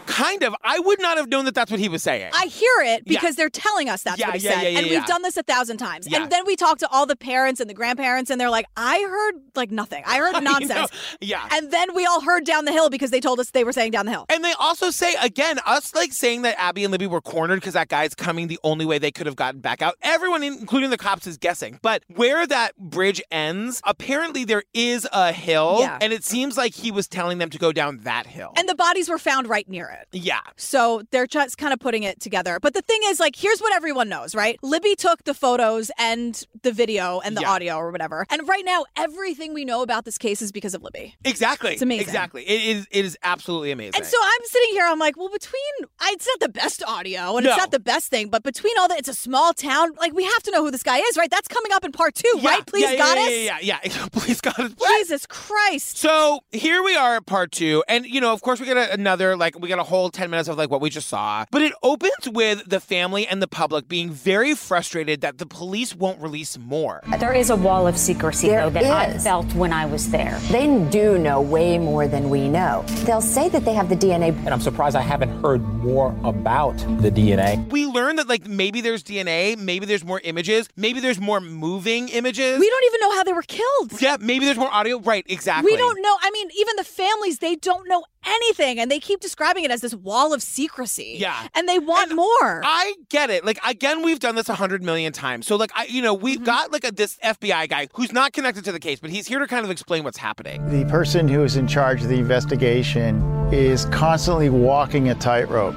Kind of. I would not have known that that's what he was saying. I hear it Yeah. because they're telling us that's Yeah, what he yeah, said. yeah, yeah, and yeah. we've done this a thousand times. Yeah. And then we talk to all the parents and the grandparents and they're like, I heard like nothing. I heard nonsense. Yeah. And then we all heard down the hill because they told us they were saying down the hill. And they also say again, us like saying that Abby and Libby were cornered because that guy's coming the only way they could have gotten back out. Everyone, in- including the cops, is guessing. But where that bridge ends, apparently there is a hill, Yeah. and it seems like he was telling them to go down that hill. And the bodies were found right near it. yeah. So they're just kind of putting it together. But the thing is, like, here's what everyone knows, right? Libby took the photos and the video and the Yeah. audio or whatever. And right now, everything we know about this case is because of Libby. Exactly. It's amazing. Exactly. It is. It is absolutely amazing. And so I'm sitting here, I'm like, well, between I- it's not the best audio and No. it's not the best thing, but between all that, it's a small town. Like, we have to know who this guy is, right? That's coming up in part two, right? Please, yeah, yeah, Goddess. Yeah, yeah, yeah. yeah. Please, Goddess. Jesus Christ. So here we are at part two. And, you know, of course, we get a, another, like, we get a whole 10 minutes of, like, what we just saw. But it opens with the family and the public being very frustrated that the police won't release more. There is a wall of secrecy, though, that I is. felt when I was there. They do know way more than we know. They'll say that they have the DNA. And I'm surprised I haven't heard more about the DNA. We learn that, like, maybe there's DNA, maybe there's more images, maybe there's more moving images. We don't even know how they were killed. Yeah, maybe there's more audio. Right, exactly. We don't know. I mean, even the families, they don't know anything, and they keep describing it as this wall of secrecy. Yeah. and they want more. I get it. Like again, we've done this a hundred million times. So like I, you know, Mm-hmm. we've got like a this FBI guy who's not connected to the case, but he's here to kind of explain what's happening. The person who is in charge of the investigation is constantly walking a tightrope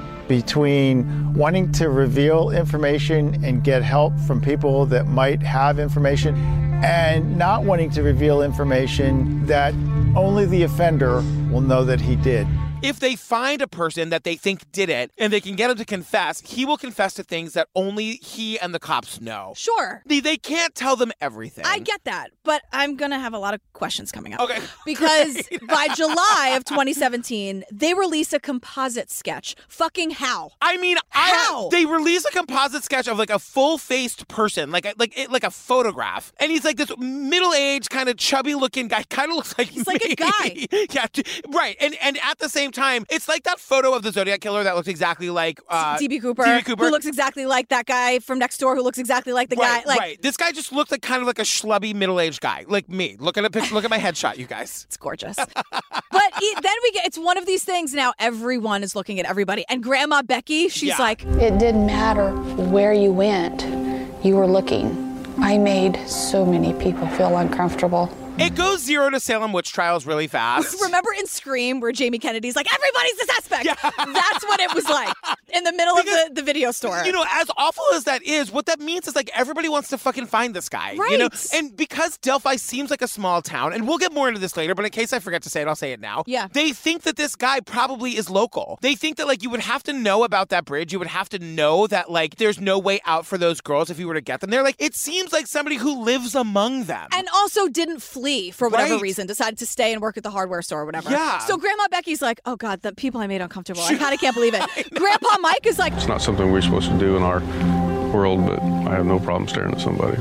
between wanting to reveal information and get help from people that might have information and not wanting to reveal information that only the offender will know that he did. If they find a person that they think did it and they can get him to confess, he will confess to things that only he and the cops know. Sure. They, they can't tell them everything. I get that, but I'm going to have a lot of questions coming up. Okay. Because by July of 2017, they release a composite sketch. Fucking how? I mean, I, They release a composite sketch of like a full-faced person, like a- like it- like a photograph, and he's like this middle-aged, kind of chubby-looking guy. Kind of looks like he's like a guy. yeah, t- right. And and at the same time, it's like that photo of the Zodiac killer that looks exactly like uh, DB Cooper, DB Cooper. who looks exactly like that guy from next door, who looks exactly like the right, guy. Like, right. This guy just looked like kind of like a schlubby middle-aged guy, like me. Look at a pic- look at my headshot, you guys. It's gorgeous. but e- then we get it's one of these things now everyone is looking at everybody and grandma becky she's like It didn't matter where you went, you were looking. I made so many people feel uncomfortable. it goes zero to Salem witch trials really fast. remember in scream where jamie kennedy's like everybody's the suspect that's what it was like in the middle of the, the video store You know, as awful as that is, what that means is like everybody wants to fucking find this guy. You know, Right. and because Delphi seems like a small town, and we'll get more into this later, but in case I forget to say it, I'll say it now. Yeah. They think that this guy probably is local. They think that like you would have to know about that bridge. You would have to know that like there's no way out for those girls if you were to get them there. Like it seems like somebody who lives among them. and also didn't flee for whatever Right. reason decided to stay and work at the hardware store or whatever Yeah. so grandma becky's like oh god the people i made uncomfortable i kind of can't believe it grandpa mike is like It's not something we're supposed to do in our world, but I have no problem staring at somebody.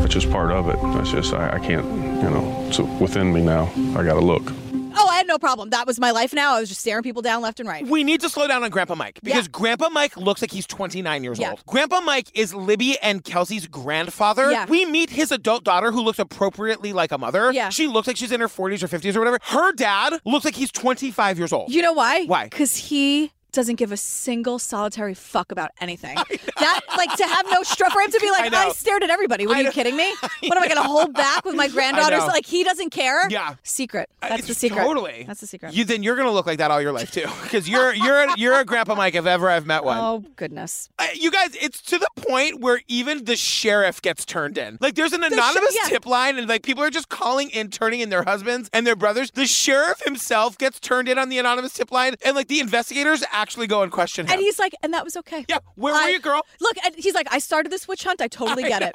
That's just part of it. That's just, I, I can't, you know, it's within me now. I gotta look. Oh, and no problem. That was my life now. I was just staring people down left and right. We need to slow down on Grandpa Mike because Grandpa Mike looks like he's 29 years old. Grandpa Mike is Libby and Kelsey's grandfather. Yeah. We meet his adult daughter who looks appropriately like a mother. Yeah. She looks like she's in her 40s or 50s or whatever. Her dad looks like he's 25 years old. You know why? Why? Because he doesn't give a single solitary fuck about anything. That like to have no strut for him to be I like, know. I, stared at everybody. What are you kidding me? What am I gonna hold back with my granddaughters? know. Like he doesn't care. Yeah. Uh, Secret. That's the secret. totally. That's the secret. You then you're gonna look like that all your life too, because you're you're you're a Grandpa Mike if ever I've met one. Oh goodness. Uh, You guys, it's to the point where even the sheriff gets turned in. Like, there's an anonymous yeah. tip line, and like people are just calling in, turning in their husbands and their brothers. The sheriff himself gets turned in on the anonymous tip line, and like the investigators actually go and question him. And he's like, and that was okay. Yeah, where were you, girl? Look, and he's like, I started this witch hunt. I totally get it.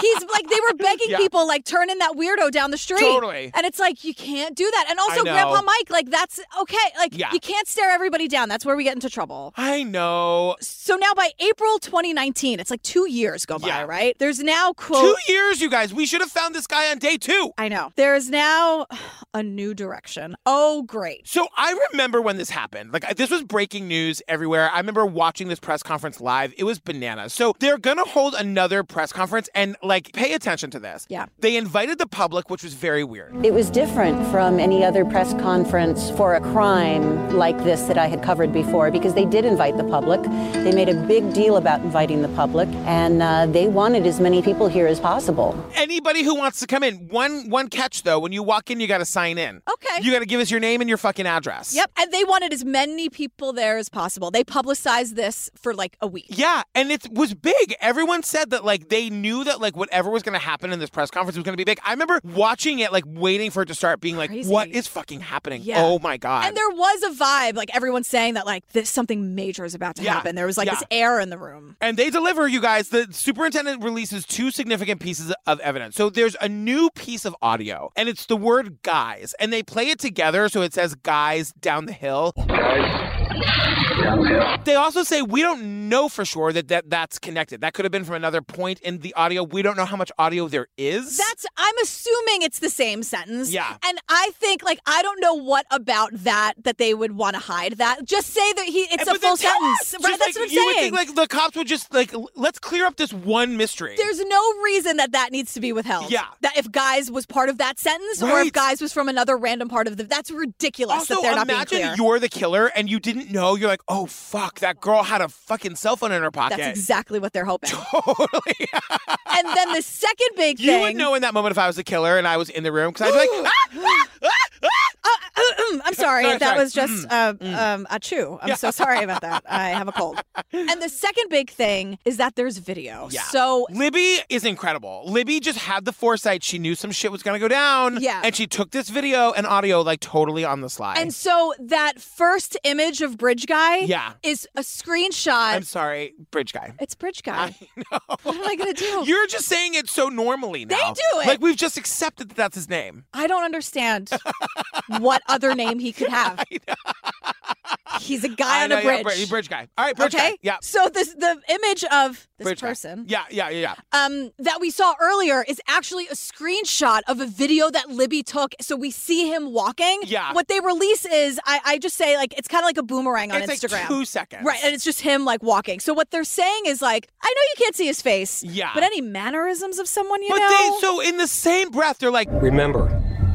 He's like, they were begging people, like, turn in that weirdo down the street. Totally. And it's like, you can't do that. And I also, know. Grandpa Mike, like, that's okay. Like, Yeah. you can't stare everybody down. That's where we get into trouble. I know. So now by April 2019, it's like two years go by, right? There's now, quote, Two years, you guys. We should have found this guy on day two. I know. There is now a new direction. Oh, great. So I remember when this happened. Like I- this was breaking news everywhere. I remember watching this press conference live. It was bananas. So they're going to hold another press conference and like pay attention to this. Yeah. They invited the public, which was very weird. It was different from any other press conference for a crime like this that I had covered before because they did invite the public. They made a big deal about inviting the public, and uh, they wanted as many people here as possible. Anybody who wants to come in, one one catch though, when you walk in you got to sign in. Okay. You got to give us your name and your fucking address. Yep. And they wanted as many people there as possible. They publicized this for like a week. Yeah, and it was big. Everyone said that like they knew that like whatever was going to happen in this press conference was going to be big. I remember watching it like waiting for it to start being like what is fucking happening? Yeah. Oh my god. And there was a vibe, like everyone saying that, like this something major is about to Yeah, happen. There was like yeah. this air in the room. And they deliver, you guys. The superintendent releases two significant pieces of evidence. So there's a new piece of audio, and it's the word guys. And they play it together, so it says guys down the hill. They also say we don't know for sure that, that that's connected. That could have been from another point in the audio. We don't know how much audio there is. That's I'm assuming it's the same sentence. Yeah. And I think like I don't know what about that that they would want to hide that. Just say that he it's But a then full tell sentence. us! Right? Just That's what like, I'm you saying. Would think, like the cops would just like l- let's clear up this one mystery. There's no reason that that needs to be withheld. Yeah. That if guys was part of that sentence or if Right. guys was from another random part of the that's ridiculous Also, that they're not imagine being clear. you're the killer and you didn't know. You're like, oh fuck, that girl had a fucking cell phone in her pocket. That's exactly what they're hoping. Totally. and then the second big You thing would know in that moment if I was the killer and I was in the room because I'd be like, ah! Uh, I'm sorry. Sorry, that sorry. Mm-hmm. Mm. was just uh, um, a chew. I'm so sorry about that. I have a cold. And the second big thing is that there's video. Yeah. So Libby is incredible. Libby just had the foresight. She knew some shit was gonna go down. Yeah. And she took this video and audio like totally on the slide. and so that first image of Bridge Guy Yeah. is a screenshot. I'm sorry, bridge guy. It's Bridge Guy. What am I gonna do? You're just saying it so normally now. do it. Like we've just accepted that that's his name. I don't understand what other name he could have. He's a guy I on know, a yeah, bridge. bri- bridge guy. All right, bridge okay. guy. Yeah. So this the image of this Bridge guy. person. Yeah, yeah, yeah, yeah. um, that we saw earlier is actually a screenshot of a video that Libby took. So we see him walking. Yeah. What they release is, I, I just say, like, it's kind of like a boomerang on It's like Instagram. two seconds. Right. And it's just him, like, walking. So what they're saying is, like, I know you can't see his face. Yeah. But any mannerisms of someone, you But know? they so in the same breath, they're like, Remember,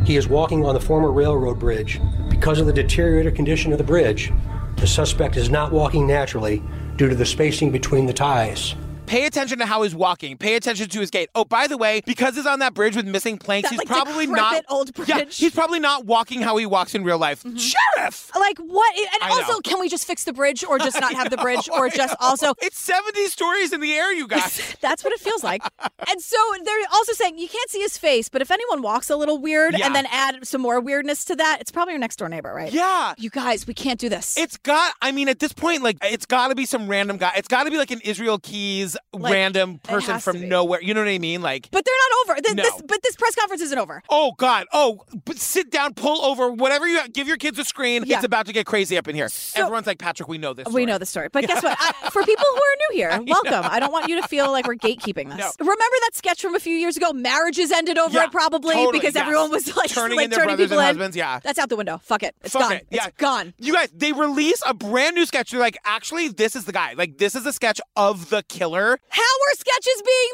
he is walking on the former railroad bridge. Because of the deteriorated condition of the bridge, the suspect is not walking naturally due to the spacing between the ties. Pay attention to how he's walking. Pay attention to his gait. Oh, by the way, because he's on that bridge with missing planks, That, he's like, probably not decrepit old Yeah, bridge. Mm-hmm. he's probably not walking how he walks in real life. Sheriff. Like what? And I know. also, can we just fix the bridge, or just I not have the bridge, know, or I just know. also? It's seventy stories in the air, you guys. That's what it feels like. and so they're also saying you can't see his face, but if anyone walks a little weird Yeah. and then add some more weirdness to that, it's probably your next door neighbor, right? Yeah. You guys, we can't do this. It's got. I mean, at this point, like it's got to be some random guy. It's got to be like an Israel Keys Like, random it person has to from be. nowhere. You know what I mean? Like, But they're not over. Th- No. this, but this press conference isn't over. oh god, oh, but sit down, pull over, whatever you give your kids a screen. Yeah. It's about to get crazy up in here. Everyone's like, Patrick, we know this. We know the story. But guess what? I, for people who are new here, welcome. I don't want you to feel like we're gatekeeping this. Remember that sketch from a few years ago? Marriages ended over Yeah, it probably totally, because yes. everyone was like Turning like, in their turning brothers people and in. husbands, yeah. That's out the window. Fuck it. It's Fuck gone. it, yeah. It's gone. You guys, they release a brand new sketch. You're like, actually, this is the guy. Like, this is a sketch of the killer. How are sketches being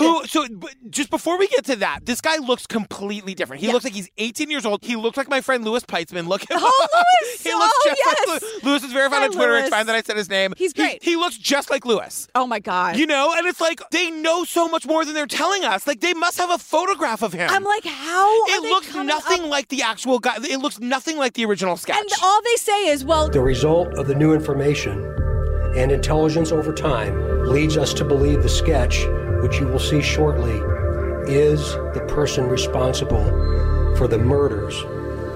made? Who? So, but just before we get to that, this guy looks completely different. He looks like he's 18 years old. He looks like my friend Lewis Peitzman. Look him Oh, up. Louis! he looks Oh, just yes! like Lewis. Lewis is verified Hi, on Twitter. Louis. It's fine that I said his name. He's He- great. He, looks just like Lewis. Oh my god. You know, and it's like they know so much more than they're telling us. Like they must have a photograph of him. I'm like, how? Are it they looks coming nothing up- like the actual guy. It looks nothing like the original sketch. And all they say is, well, The result of the new information and intelligence over time leads us to believe the sketch, which you will see shortly, is the person responsible for the murders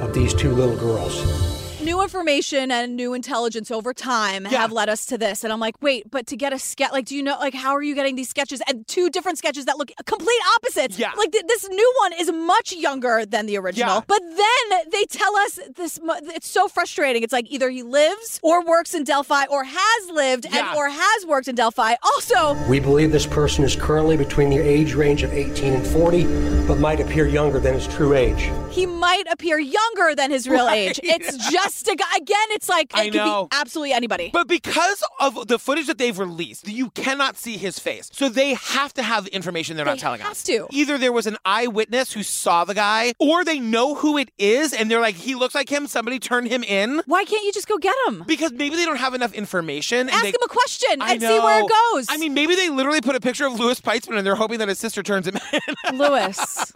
of these two little girls. new information and new intelligence over time have led us to this. And I'm like, wait, but to get a sketch, like, do you know, like, how are you getting these sketches? And two different sketches that look complete opposites. Yeah. Like, th- this new one is much younger than the original. Yeah. But then they tell us this, mu- it's so frustrating. It's like either he lives or works in Delphi or has lived and or has worked in Delphi. Also, We believe this person is currently between the age range of 18 and 40, but might appear younger than his true age. he might appear younger than his real age. It's just a guy. Again, it's like, it I could know. be absolutely anybody. But because of the footage that they've released, you cannot see his face. So they have to have information they're not telling us. to. Either there was an eyewitness who saw the guy, or they know who it is and they're like, he looks like him, somebody turn him in. Why can't you just go get him? Because maybe they don't have enough information. Ask and they, him a question I and see where it know. goes. I mean, maybe they literally put a picture of Louis Peitzman and they're hoping that his sister turns him in. Lewis.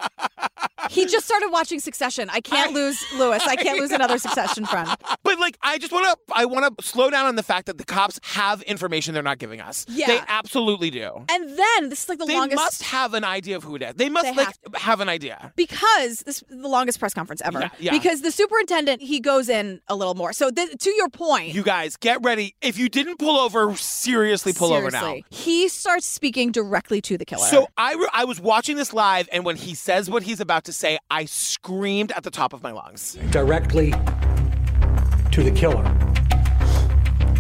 He just started watching Succession. I can't lose Lewis. I can't lose another Succession friend. But like, I just want to, I want to slow down on the fact that the cops have information they're not giving us. Yeah. They absolutely do. And then this is like the they longest must have an idea of who it is. They must They like have have an idea. because this is the longest press conference ever. Yeah, yeah. Because the superintendent he goes in a little more. So th- to your point, You guys, get ready. If you didn't pull over, seriously pull over now. seriously, He starts speaking directly to the killer. So I, re- I was watching this live, and when he says what he's about to say, I screamed at the top of my lungs. directly to the killer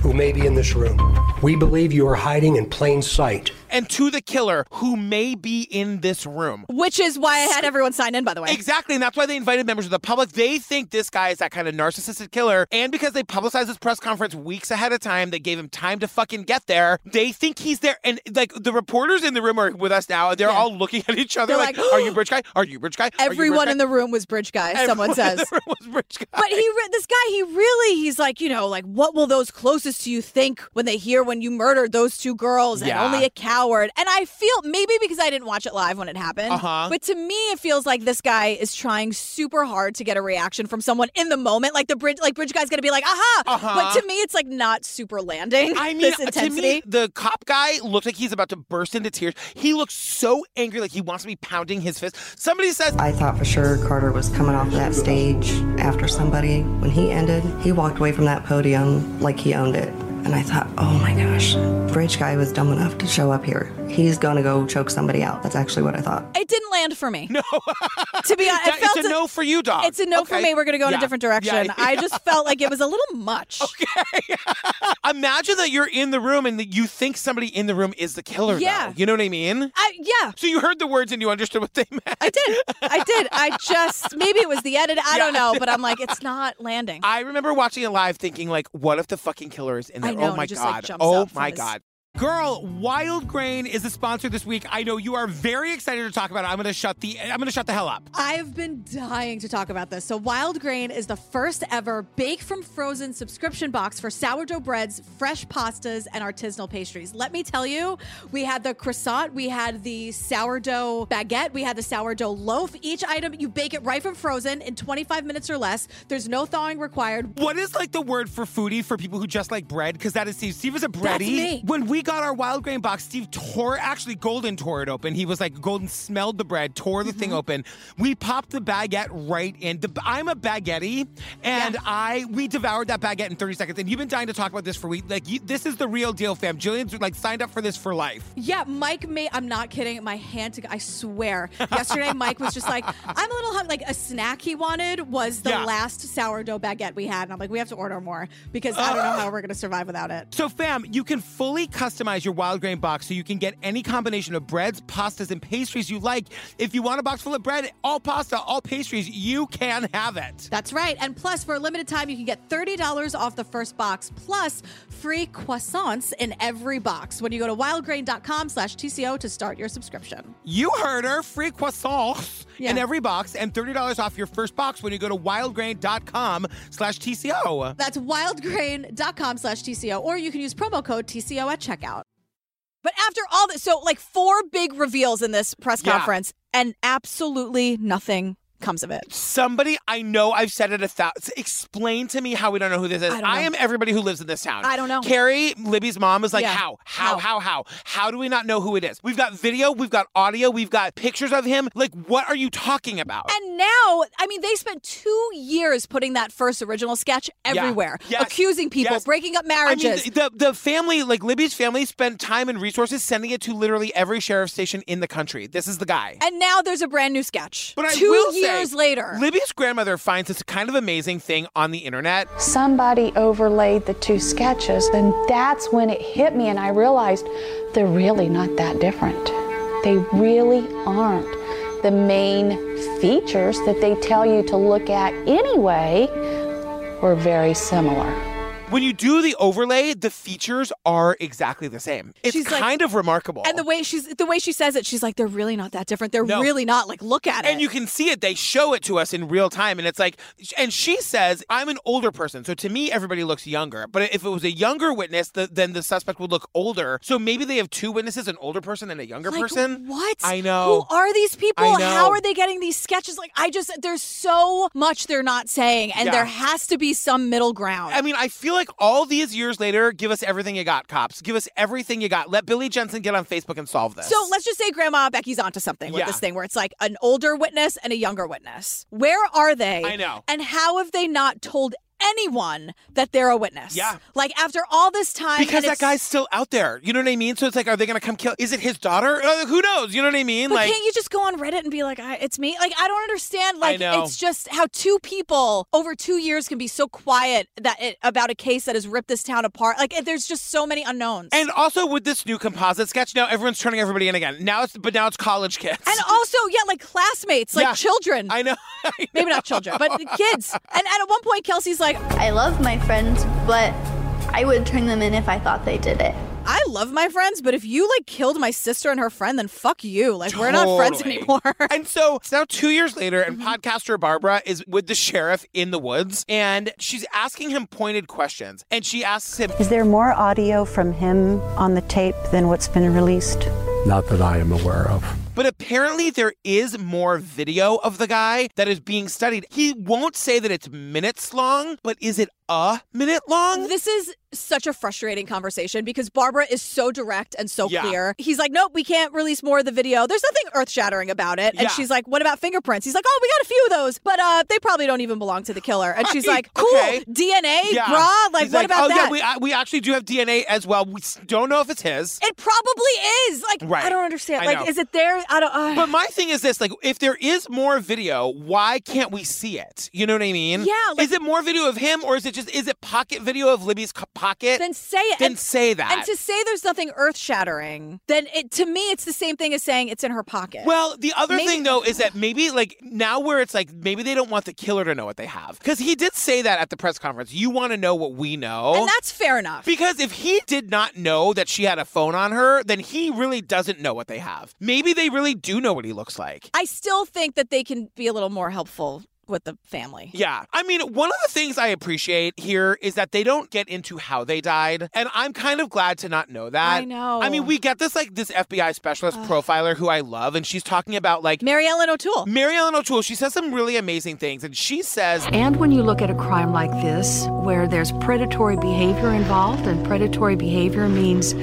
who may be in this room. We believe you are hiding in plain sight. And to the killer who may be in this room. which is why I had everyone sign in. By the way, Exactly, and that's why they invited members of the public. They think this guy is that kind of narcissistic killer, and because they publicized this press conference weeks ahead of time, they gave him time to fucking get there. They think he's there, and like the reporters in the room are with us now, and they're all looking at each other They're like, like, "Are you bridge guy? Are you bridge guy?" Are you bridge Everyone guy?" in the room was bridge guy. someone Everyone in says. the room was rich guy. But he, re- this guy, he really, he's like, you know, like, what will those closest to you think when they hear when you murdered those two girls Yeah. and only a coward? And I feel maybe because I didn't watch it live when it happened, Uh-huh. but to me, it feels like this guy is trying super hard to get a reaction from someone in the moment. Like the bridge, like bridge guy's gonna be like, aha. Uh-huh. But to me, it's like not super landing. I mean, uh, this to intensity. me, the cop guy looks like he's about to burst into tears. He looks so angry, like he wants to be pounding his fist. Somebody says, I thought for sure Carter was coming off that stage after somebody. When he ended, he walked away from that podium like he owned it. And I thought, oh my gosh, Bridge Guy was dumb enough to show up here. He's gonna go choke somebody out. That's actually what I thought. It didn't land for me. No. to be honest, That- it felt it's a no for you, dog. It's a no for Okay. me. We're going to go in a Yeah. different direction. Yeah. I just felt like it was a little much. Imagine that you're in the room and that you think somebody in the room is the killer. Yeah. though. you know what I mean. I, yeah, So you heard the words and you understood what they meant. I did. I did. I just maybe it was the edit. I don't know, but I'm like, it's not landing. I remember watching it live, thinking like, "What if the fucking killer is in I there? know, and oh it my just, like, god! jumps oh up from my his- god!" Girl, Wild Grain is the sponsor this week. I know you are very excited to talk about it. I'm gonna shut the. I'm gonna shut the hell up. I've been dying to talk about this. So, Wild Grain is the first ever bake from frozen subscription box for sourdough breads, fresh pastas, and artisanal pastries. Let me tell you, we had the croissant, we had the sourdough baguette, we had the sourdough loaf. Each item, you bake it right from frozen in 25 minutes or less. There's no thawing required. What is like the word for foodie for people who just like bread? Because that is Steve. Steve is a bready. That's me. When we got our wild grain box, Steve tore actually Golden tore it open. He was like Golden smelled the bread, tore the Mm-hmm. thing open. We popped the baguette right in. The, I'm a baguette, and I we devoured that baguette in 30 seconds. And you've been dying to talk about this for weeks. Like you, this is the real deal, fam. Jillian's like signed up for this for life. Yeah, Mike made. I'm not kidding. My hand, to, I swear. Yesterday, Mike was just like, "I'm a little hungry." Like a snack he wanted was the Yeah. last sourdough baguette we had, and I'm like, "We have to order more because I don't know how we're gonna survive without it." So, fam, you can fully customize your wild grain box so you can get any combination of breads, pastas, and pastries you like. If you want a box full of bread, all pasta, all pastries, you can have it. That's right. And plus, for a limited time, you can get $30 off the first box, plus free croissants in every box when you go to wildgrain.com slash TCO to start your subscription. You heard her. Free croissants Yeah. in every box and $30 off your first box when you go to wildgrain.com slash TCO. That's wildgrain.com slash TCO, or you can use promo code TCO at checkout. But after all this, so like four big reveals in this press Yeah. conference, and absolutely nothing comes of it. Somebody I know, I've said it a thousand. Explain to me how we don't know who this is. I don't I, know. am everybody who lives in this town. I don't know. Carrie, Libby's mom, is like, Yeah. how? How, how, how? How do we not know who it is? We've got video, we've got audio, we've got pictures of him. Like, what are you talking about? And now, I mean, they spent two years putting that first original sketch Yeah. everywhere, Yes. accusing people, Yes. breaking up I mean, marriages. the, the family, like Libby's family, spent time and resources sending it to literally every sheriff station in the country. This is the guy. and now there's a brand new sketch. But I two will say, years later. Libby's grandmother finds this kind of amazing thing on the internet. Somebody overlaid the two sketches, and that's when it hit me, and I realized they're really not that different. They really aren't. The main features that they tell you to look at anyway were very similar. When you do the overlay, the features are exactly the same. It's She's like- kind of remarkable. and the way she's the way she says it, she's like, they're really not that different. They're No. really not. Like, look at it. And you can see it. They show it to us in real time. And it's like, and she says, I'm an older person. So to me, everybody looks younger. But if it was a younger witness, the, then the suspect would look older. So maybe they have two witnesses an older person and a younger Like, person. What? I know. Who are these people? I know. How are they getting these sketches? Like, I just, there's so much they're not saying, and Yeah. there has to be some middle ground. I mean, I feel like all these years later, give us everything you got, cops. Give us everything you got. Let Billy Jensen get on Facebook and solve this. So let's just say Grandma Becky's onto something with Yeah. this thing where it's like an older witness and a younger witness. Where are they? I know. And how have they not told anyone that they're a witness? Yeah. Like after all this time, because and that it's- guy's still out there. You know what I mean? So it's like, are they going to come kill? Is it his daughter? Uh, who knows? You know what I mean? But like, can't you just go on Reddit and be like, I, "It's me"? Like, I don't understand. Like, know. it's just how two people over two years can be so quiet that it, about a case that has ripped this town apart. Like, it- there's just so many unknowns. And also with this new composite sketch, now everyone's turning everybody in again. Now it's but now it's college kids. And also, yeah, like classmates, like Yeah. children. I know. Maybe not children, but kids. And at one point, Kelsey's like, I love my friends, but I would turn them in if I thought they did it. I love my friends, but if you like killed my sister and her friend, then fuck you. Like we're not friends Totally. anymore. Mm-hmm. and so it's now two years later, and podcaster Barbara is with the sheriff in the woods, and she's asking him pointed questions. And she asks him, Is there more audio from him on the tape than what's been released? Not that I am aware of. but apparently there is more video of the guy that is being studied. He won't say that it's minutes long, but is it a minute long? This is such a frustrating conversation because Barbara is so direct and so Yeah. clear. He's like, nope, we can't release more of the video. There's nothing earth shattering about it. And Yeah. she's like, what about fingerprints? He's like, oh, we got a few of those, but uh, they probably don't even belong to the killer. And she's Right, like, cool, okay. DNA, Yeah. brah. Like, He's what about oh, that? Yeah, we, I, we actually do have DNA as well. We s- don't know if it's his. it probably is. Like, Right. I don't understand. I like, know. is it there? I don't. Uh. But my thing is this: like, if there is more video, why can't we see it? You know what I mean? Yeah, like- is it more video of him, or is it just is it pocket video of Libby's co- pocket? Then say it. Then And- say that. And to say there's nothing earth shattering, then it to me it's the same thing as saying it's in her pocket. well, the other Maybe- thing though is that maybe like now where it's like maybe they don't want the killer to know what they have because he did say that at the press conference. You want to know what we know, and that's fair enough. Because if he did not know that she had a phone on her, then he really doesn't know what they have. Maybe they really do know what he looks like. I still think that they can be a little more helpful with the family. Yeah. I mean, one of the things I appreciate here is that they don't get into how they died. And I'm kind of glad to not know that. I know. I mean, we get this like this FBI specialist Ugh. profiler who I love, and she's talking about like Mary Ellen O'Toole. Mary Ellen O'Toole. She says some really amazing things, and she says And when you look at a crime like this, where there's predatory behavior involved, and predatory behavior means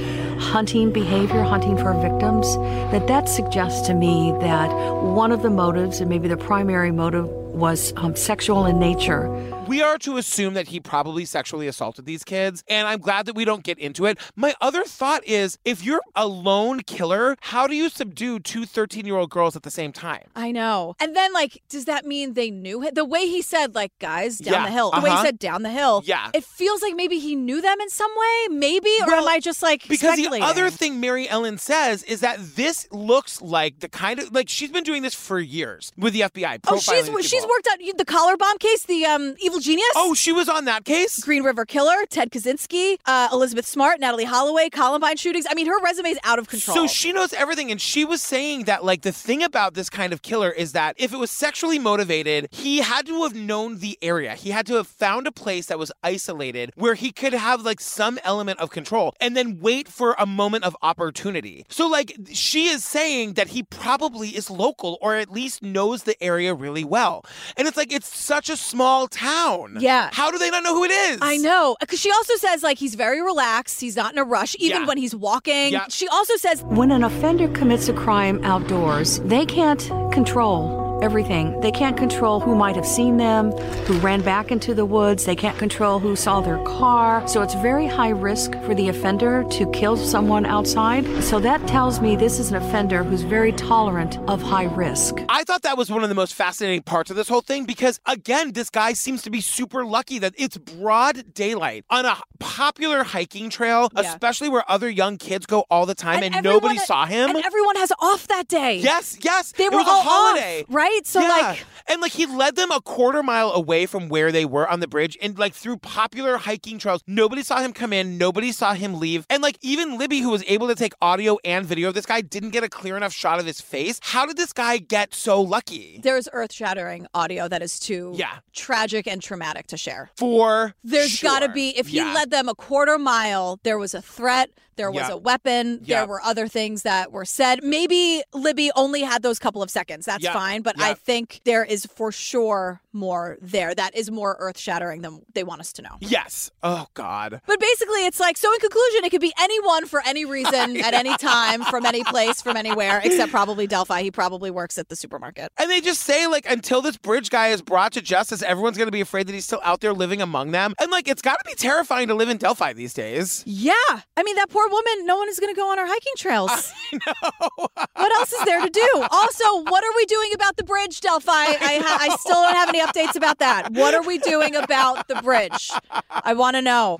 hunting behavior, hunting for victims, that that suggests to me that one of the motives, and maybe the primary motive, was um, sexual in nature. We are to assume that he probably sexually assaulted these kids, and I'm glad that we don't get into it. My other thought is if you're a lone killer, how do you subdue two 13 year old girls at the same time? I know. And then, like, does that mean they knew him? The way he said, like, guys, down Yeah, the hill. The way he uh-huh. said, down the hill. Yeah. It feels like maybe he knew them in some way, maybe, or am I just like Because the speculating? other thing Mary Ellen says is that this looks like the kind of like she's been doing this for years with the FBI. Oh, she's profiling she's people. worked on the collar bomb case, the um, evil genius. Oh, she was on that case. Green River Killer, Ted Kaczynski, uh, Elizabeth Smart, Natalie Holloway, Columbine shootings. I mean, her resume is out of control. So she knows everything, and she was saying that like the thing about this kind of killer is that if it was sexually motivated, he had to have known the area. He had to have found a place that was isolated where he could have like some element of control, and then wait for a moment of opportunity. So like she is saying that he probably is local or at least knows the area really well, and it's like it's such a small town. Yeah. How do they not know who it is? I know. Because she also says, like, he's very relaxed. He's not in a rush, even Yeah. when he's walking. Yeah. She also says, When an offender commits a crime outdoors, they can't control everything. They can't control who might have seen them, who ran back into the woods. They can't control who saw their car. So it's very high risk for the offender to kill someone outside. So that tells me this is an offender who's very tolerant of high risk. I thought that was one of the most fascinating parts of this whole thing because, again, this guy seems to be super lucky that it's broad daylight on a h- popular hiking trail, especially where other young kids go all the time and, everyone nobody that- saw him. And everyone has off that day. Yes, yes. They it were was all a holiday, off, right? So, Yeah. like, and like he led them a quarter mile away from where they were on the bridge, and like through popular hiking trails, nobody saw him come in, nobody saw him leave, and like even Libby, who was able to take audio and video of this guy, didn't get a clear enough shot of his face. How did this guy get so lucky? there is earth shattering audio that is too Yeah. tragic and traumatic to share. For There's sure. got to be, if he Yeah. led them a quarter mile, there was a threat, there was Yeah. a weapon, Yeah. there were other things that were said. Maybe Libby only had those couple of seconds. That's Yeah. fine. But Yeah. I think there is for sure more there. That is more earth shattering than they want us to know. Yes. Oh God. But basically, it's like so. In conclusion, it could be anyone for any reason at any time from any place from anywhere, except probably Delphi. He probably works at the supermarket. And they just say like, until this bridge guy is brought to justice, everyone's gonna be afraid that he's still out there living among them. And like, it's gotta be terrifying to live in Delphi these days. Yeah, I mean that poor woman. No one is going to go on her hiking trails. I know. what else is there to do? Also, what are we doing about the bridge, Delphi? I, ha- I still don't have any updates about that. What are we doing about the bridge? I want to know.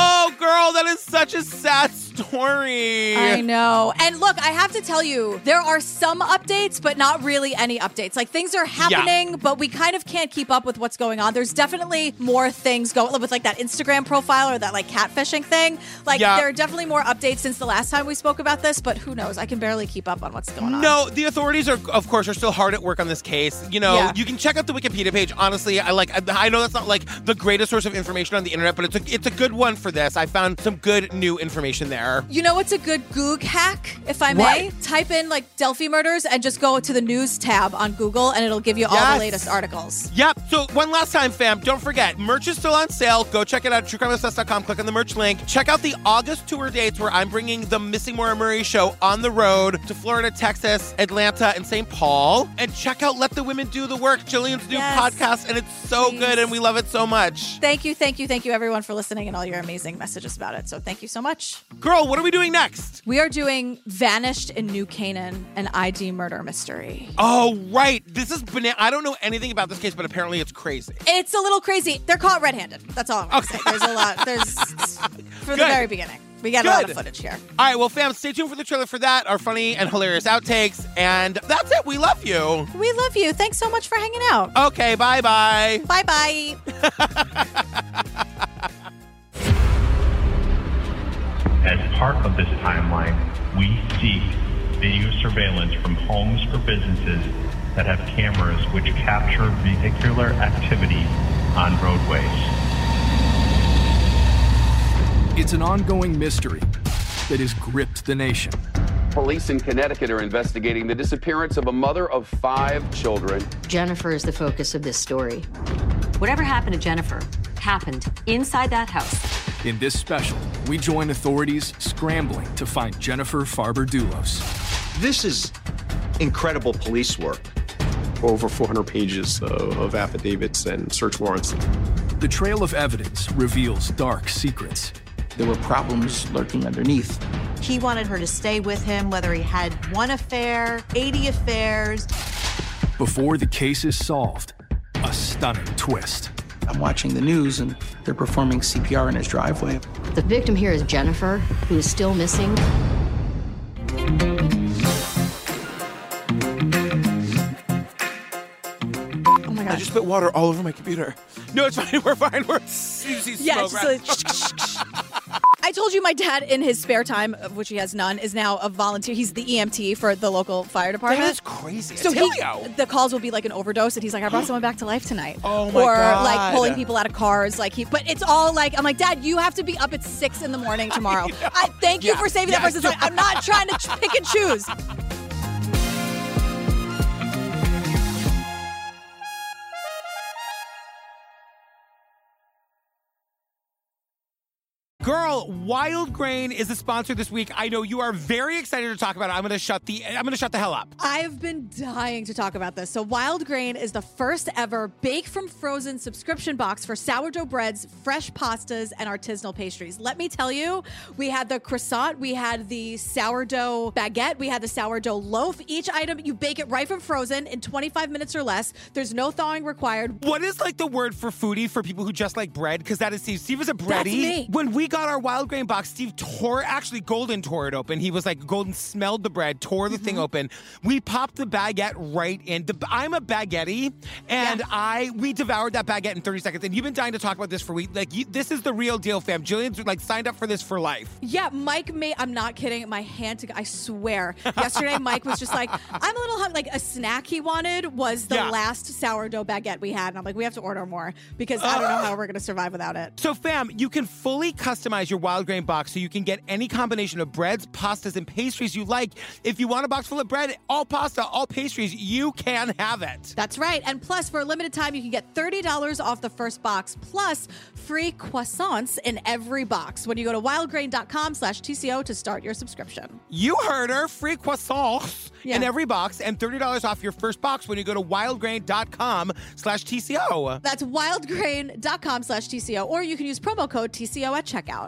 Oh, girl, that is such a sad story. I know. And look, I have to tell you, there are some updates, but not really any updates. Like things are happening, but we kind of can't keep up with what's going on. There's definitely more things going with like that Instagram profile or that like catfishing thing. Like Yeah. there are definitely more updates since the last time we spoke about this, but who knows? I can barely keep up on what's going on. No, the authorities are, of course, are still hard at work on this case. You know, Yeah. you can check out the Wikipedia page. Honestly, I like. I I know that's not like the greatest source of information on the internet, but it's a it's a good one for this. I found some good new information there. You know what's a good Goog hack, if I What? may? Type in like Delphi murders and just go to the news tab on Google and it'll give you all Yes. the latest articles. Yep. So one last time, fam, don't forget, merch is still on sale. Go check it out at truecrimeobsessed.com. Click on the merch link. Check out the August tour dates where I'm bringing the Missing Maura Murray show on the road to Florida, Texas, Atlanta, and St. Paul. And check out Let the Women Do the Work, Jillian's new Yes. podcast, and it's so good, and we love it so much. Thank you, thank you, thank you, everyone, for listening and all your amazing messages about it. So thank you so much. Girl, what are we doing next? We are doing Vanished in New Canaan, an ID murder mystery. Oh, right. This is banana. I don't know anything about this case, but apparently it's crazy. It's a little crazy. They're caught red handed. That's all I'm going to say. There's a lot. There's from Good. the very beginning. We got a lot Good. of footage here. All right, well, fam, stay tuned for the trailer for that, our funny and hilarious outtakes. And that's it. We love you. We love you. Thanks so much for hanging out. Okay, bye bye. Bye bye. As part of this timeline, we seek video surveillance from homes or businesses that have cameras which capture vehicular activity on roadways. It's an ongoing mystery that has gripped the nation. Police in Connecticut are investigating the disappearance of a mother of five children. Jennifer is the focus of this story. Whatever happened to Jennifer? happened inside that house. In this special, we join authorities scrambling to find Jennifer Farber Dulos. This is incredible police work. Over 400 pages of, of affidavits and search warrants. The trail of evidence reveals dark secrets. There were problems lurking underneath. He wanted her to stay with him, whether he had one affair, 80 affairs. Before the case is solved, a stunning twist. I'm watching the news and they're performing CPR in his driveway. The victim here is Jennifer, who is still missing. Oh my I gosh. just spit water all over my computer. No, it's fine. We're fine. We're. You see Yeah, smoke just right- like- I told you my dad, in his spare time, of which he has none, is now a volunteer. He's the EMT for the local fire department. That's crazy. uh-huh. So So he, the calls will be like an overdose, and he's like, "I brought someone back to life tonight." Oh or God. like pulling people out of cars, like he. But it's all like, I'm like, Dad, you have to be up at six in the morning tomorrow. I, thank you Yeah. for saving that Yes. person's life. I'm not trying to ch- pick and choose. Girl, Wild Grain is the sponsor this week. I know you are very excited to talk about it. I'm gonna shut the I'm gonna shut the hell up. I've been dying to talk about this. So, Wild Grain is the first ever bake from frozen subscription box for sourdough breads, fresh pastas, and artisanal pastries. Let me tell you, we had the croissant, we had the sourdough baguette, we had the sourdough loaf. Each item, you bake it right from frozen in 25 minutes or less. There's no thawing required. What is like the word for foodie for people who just like bread? Because that is Steve. Steve is a bready. That's me. When we got our wild grain box, Steve tore actually Golden tore it open. He was like Golden smelled the bread, tore the Mm-hmm. thing open. We popped the baguette right in. The, I'm a baguette, and I we devoured that baguette in 30 seconds. And you've been dying to talk about this for weeks. Like you, this is the real deal, fam. Jillian's like signed up for this for life. Yeah, Mike made. I'm not kidding. My hand to. I swear. Yesterday, Mike was just like, "I'm a little hungry." Like a snack he wanted was the Yeah. last sourdough baguette we had, and I'm like, "We have to order more because I don't know how we're gonna survive without it." So, fam, you can fully customize your wild grain box so you can get any combination of breads, pastas, and pastries you like. If you want a box full of bread, all pasta, all pastries, you can have it. That's right. And plus, for a limited time, you can get $30 off the first box, plus free croissants in every box when you go to wildgrain.com slash TCO to start your subscription. You heard her. Free croissants in Yeah. every box and $30 off your first box when you go to wildgrain.com slash TCO. That's wildgrain.com slash TCO, or you can use promo code TCO at checkout.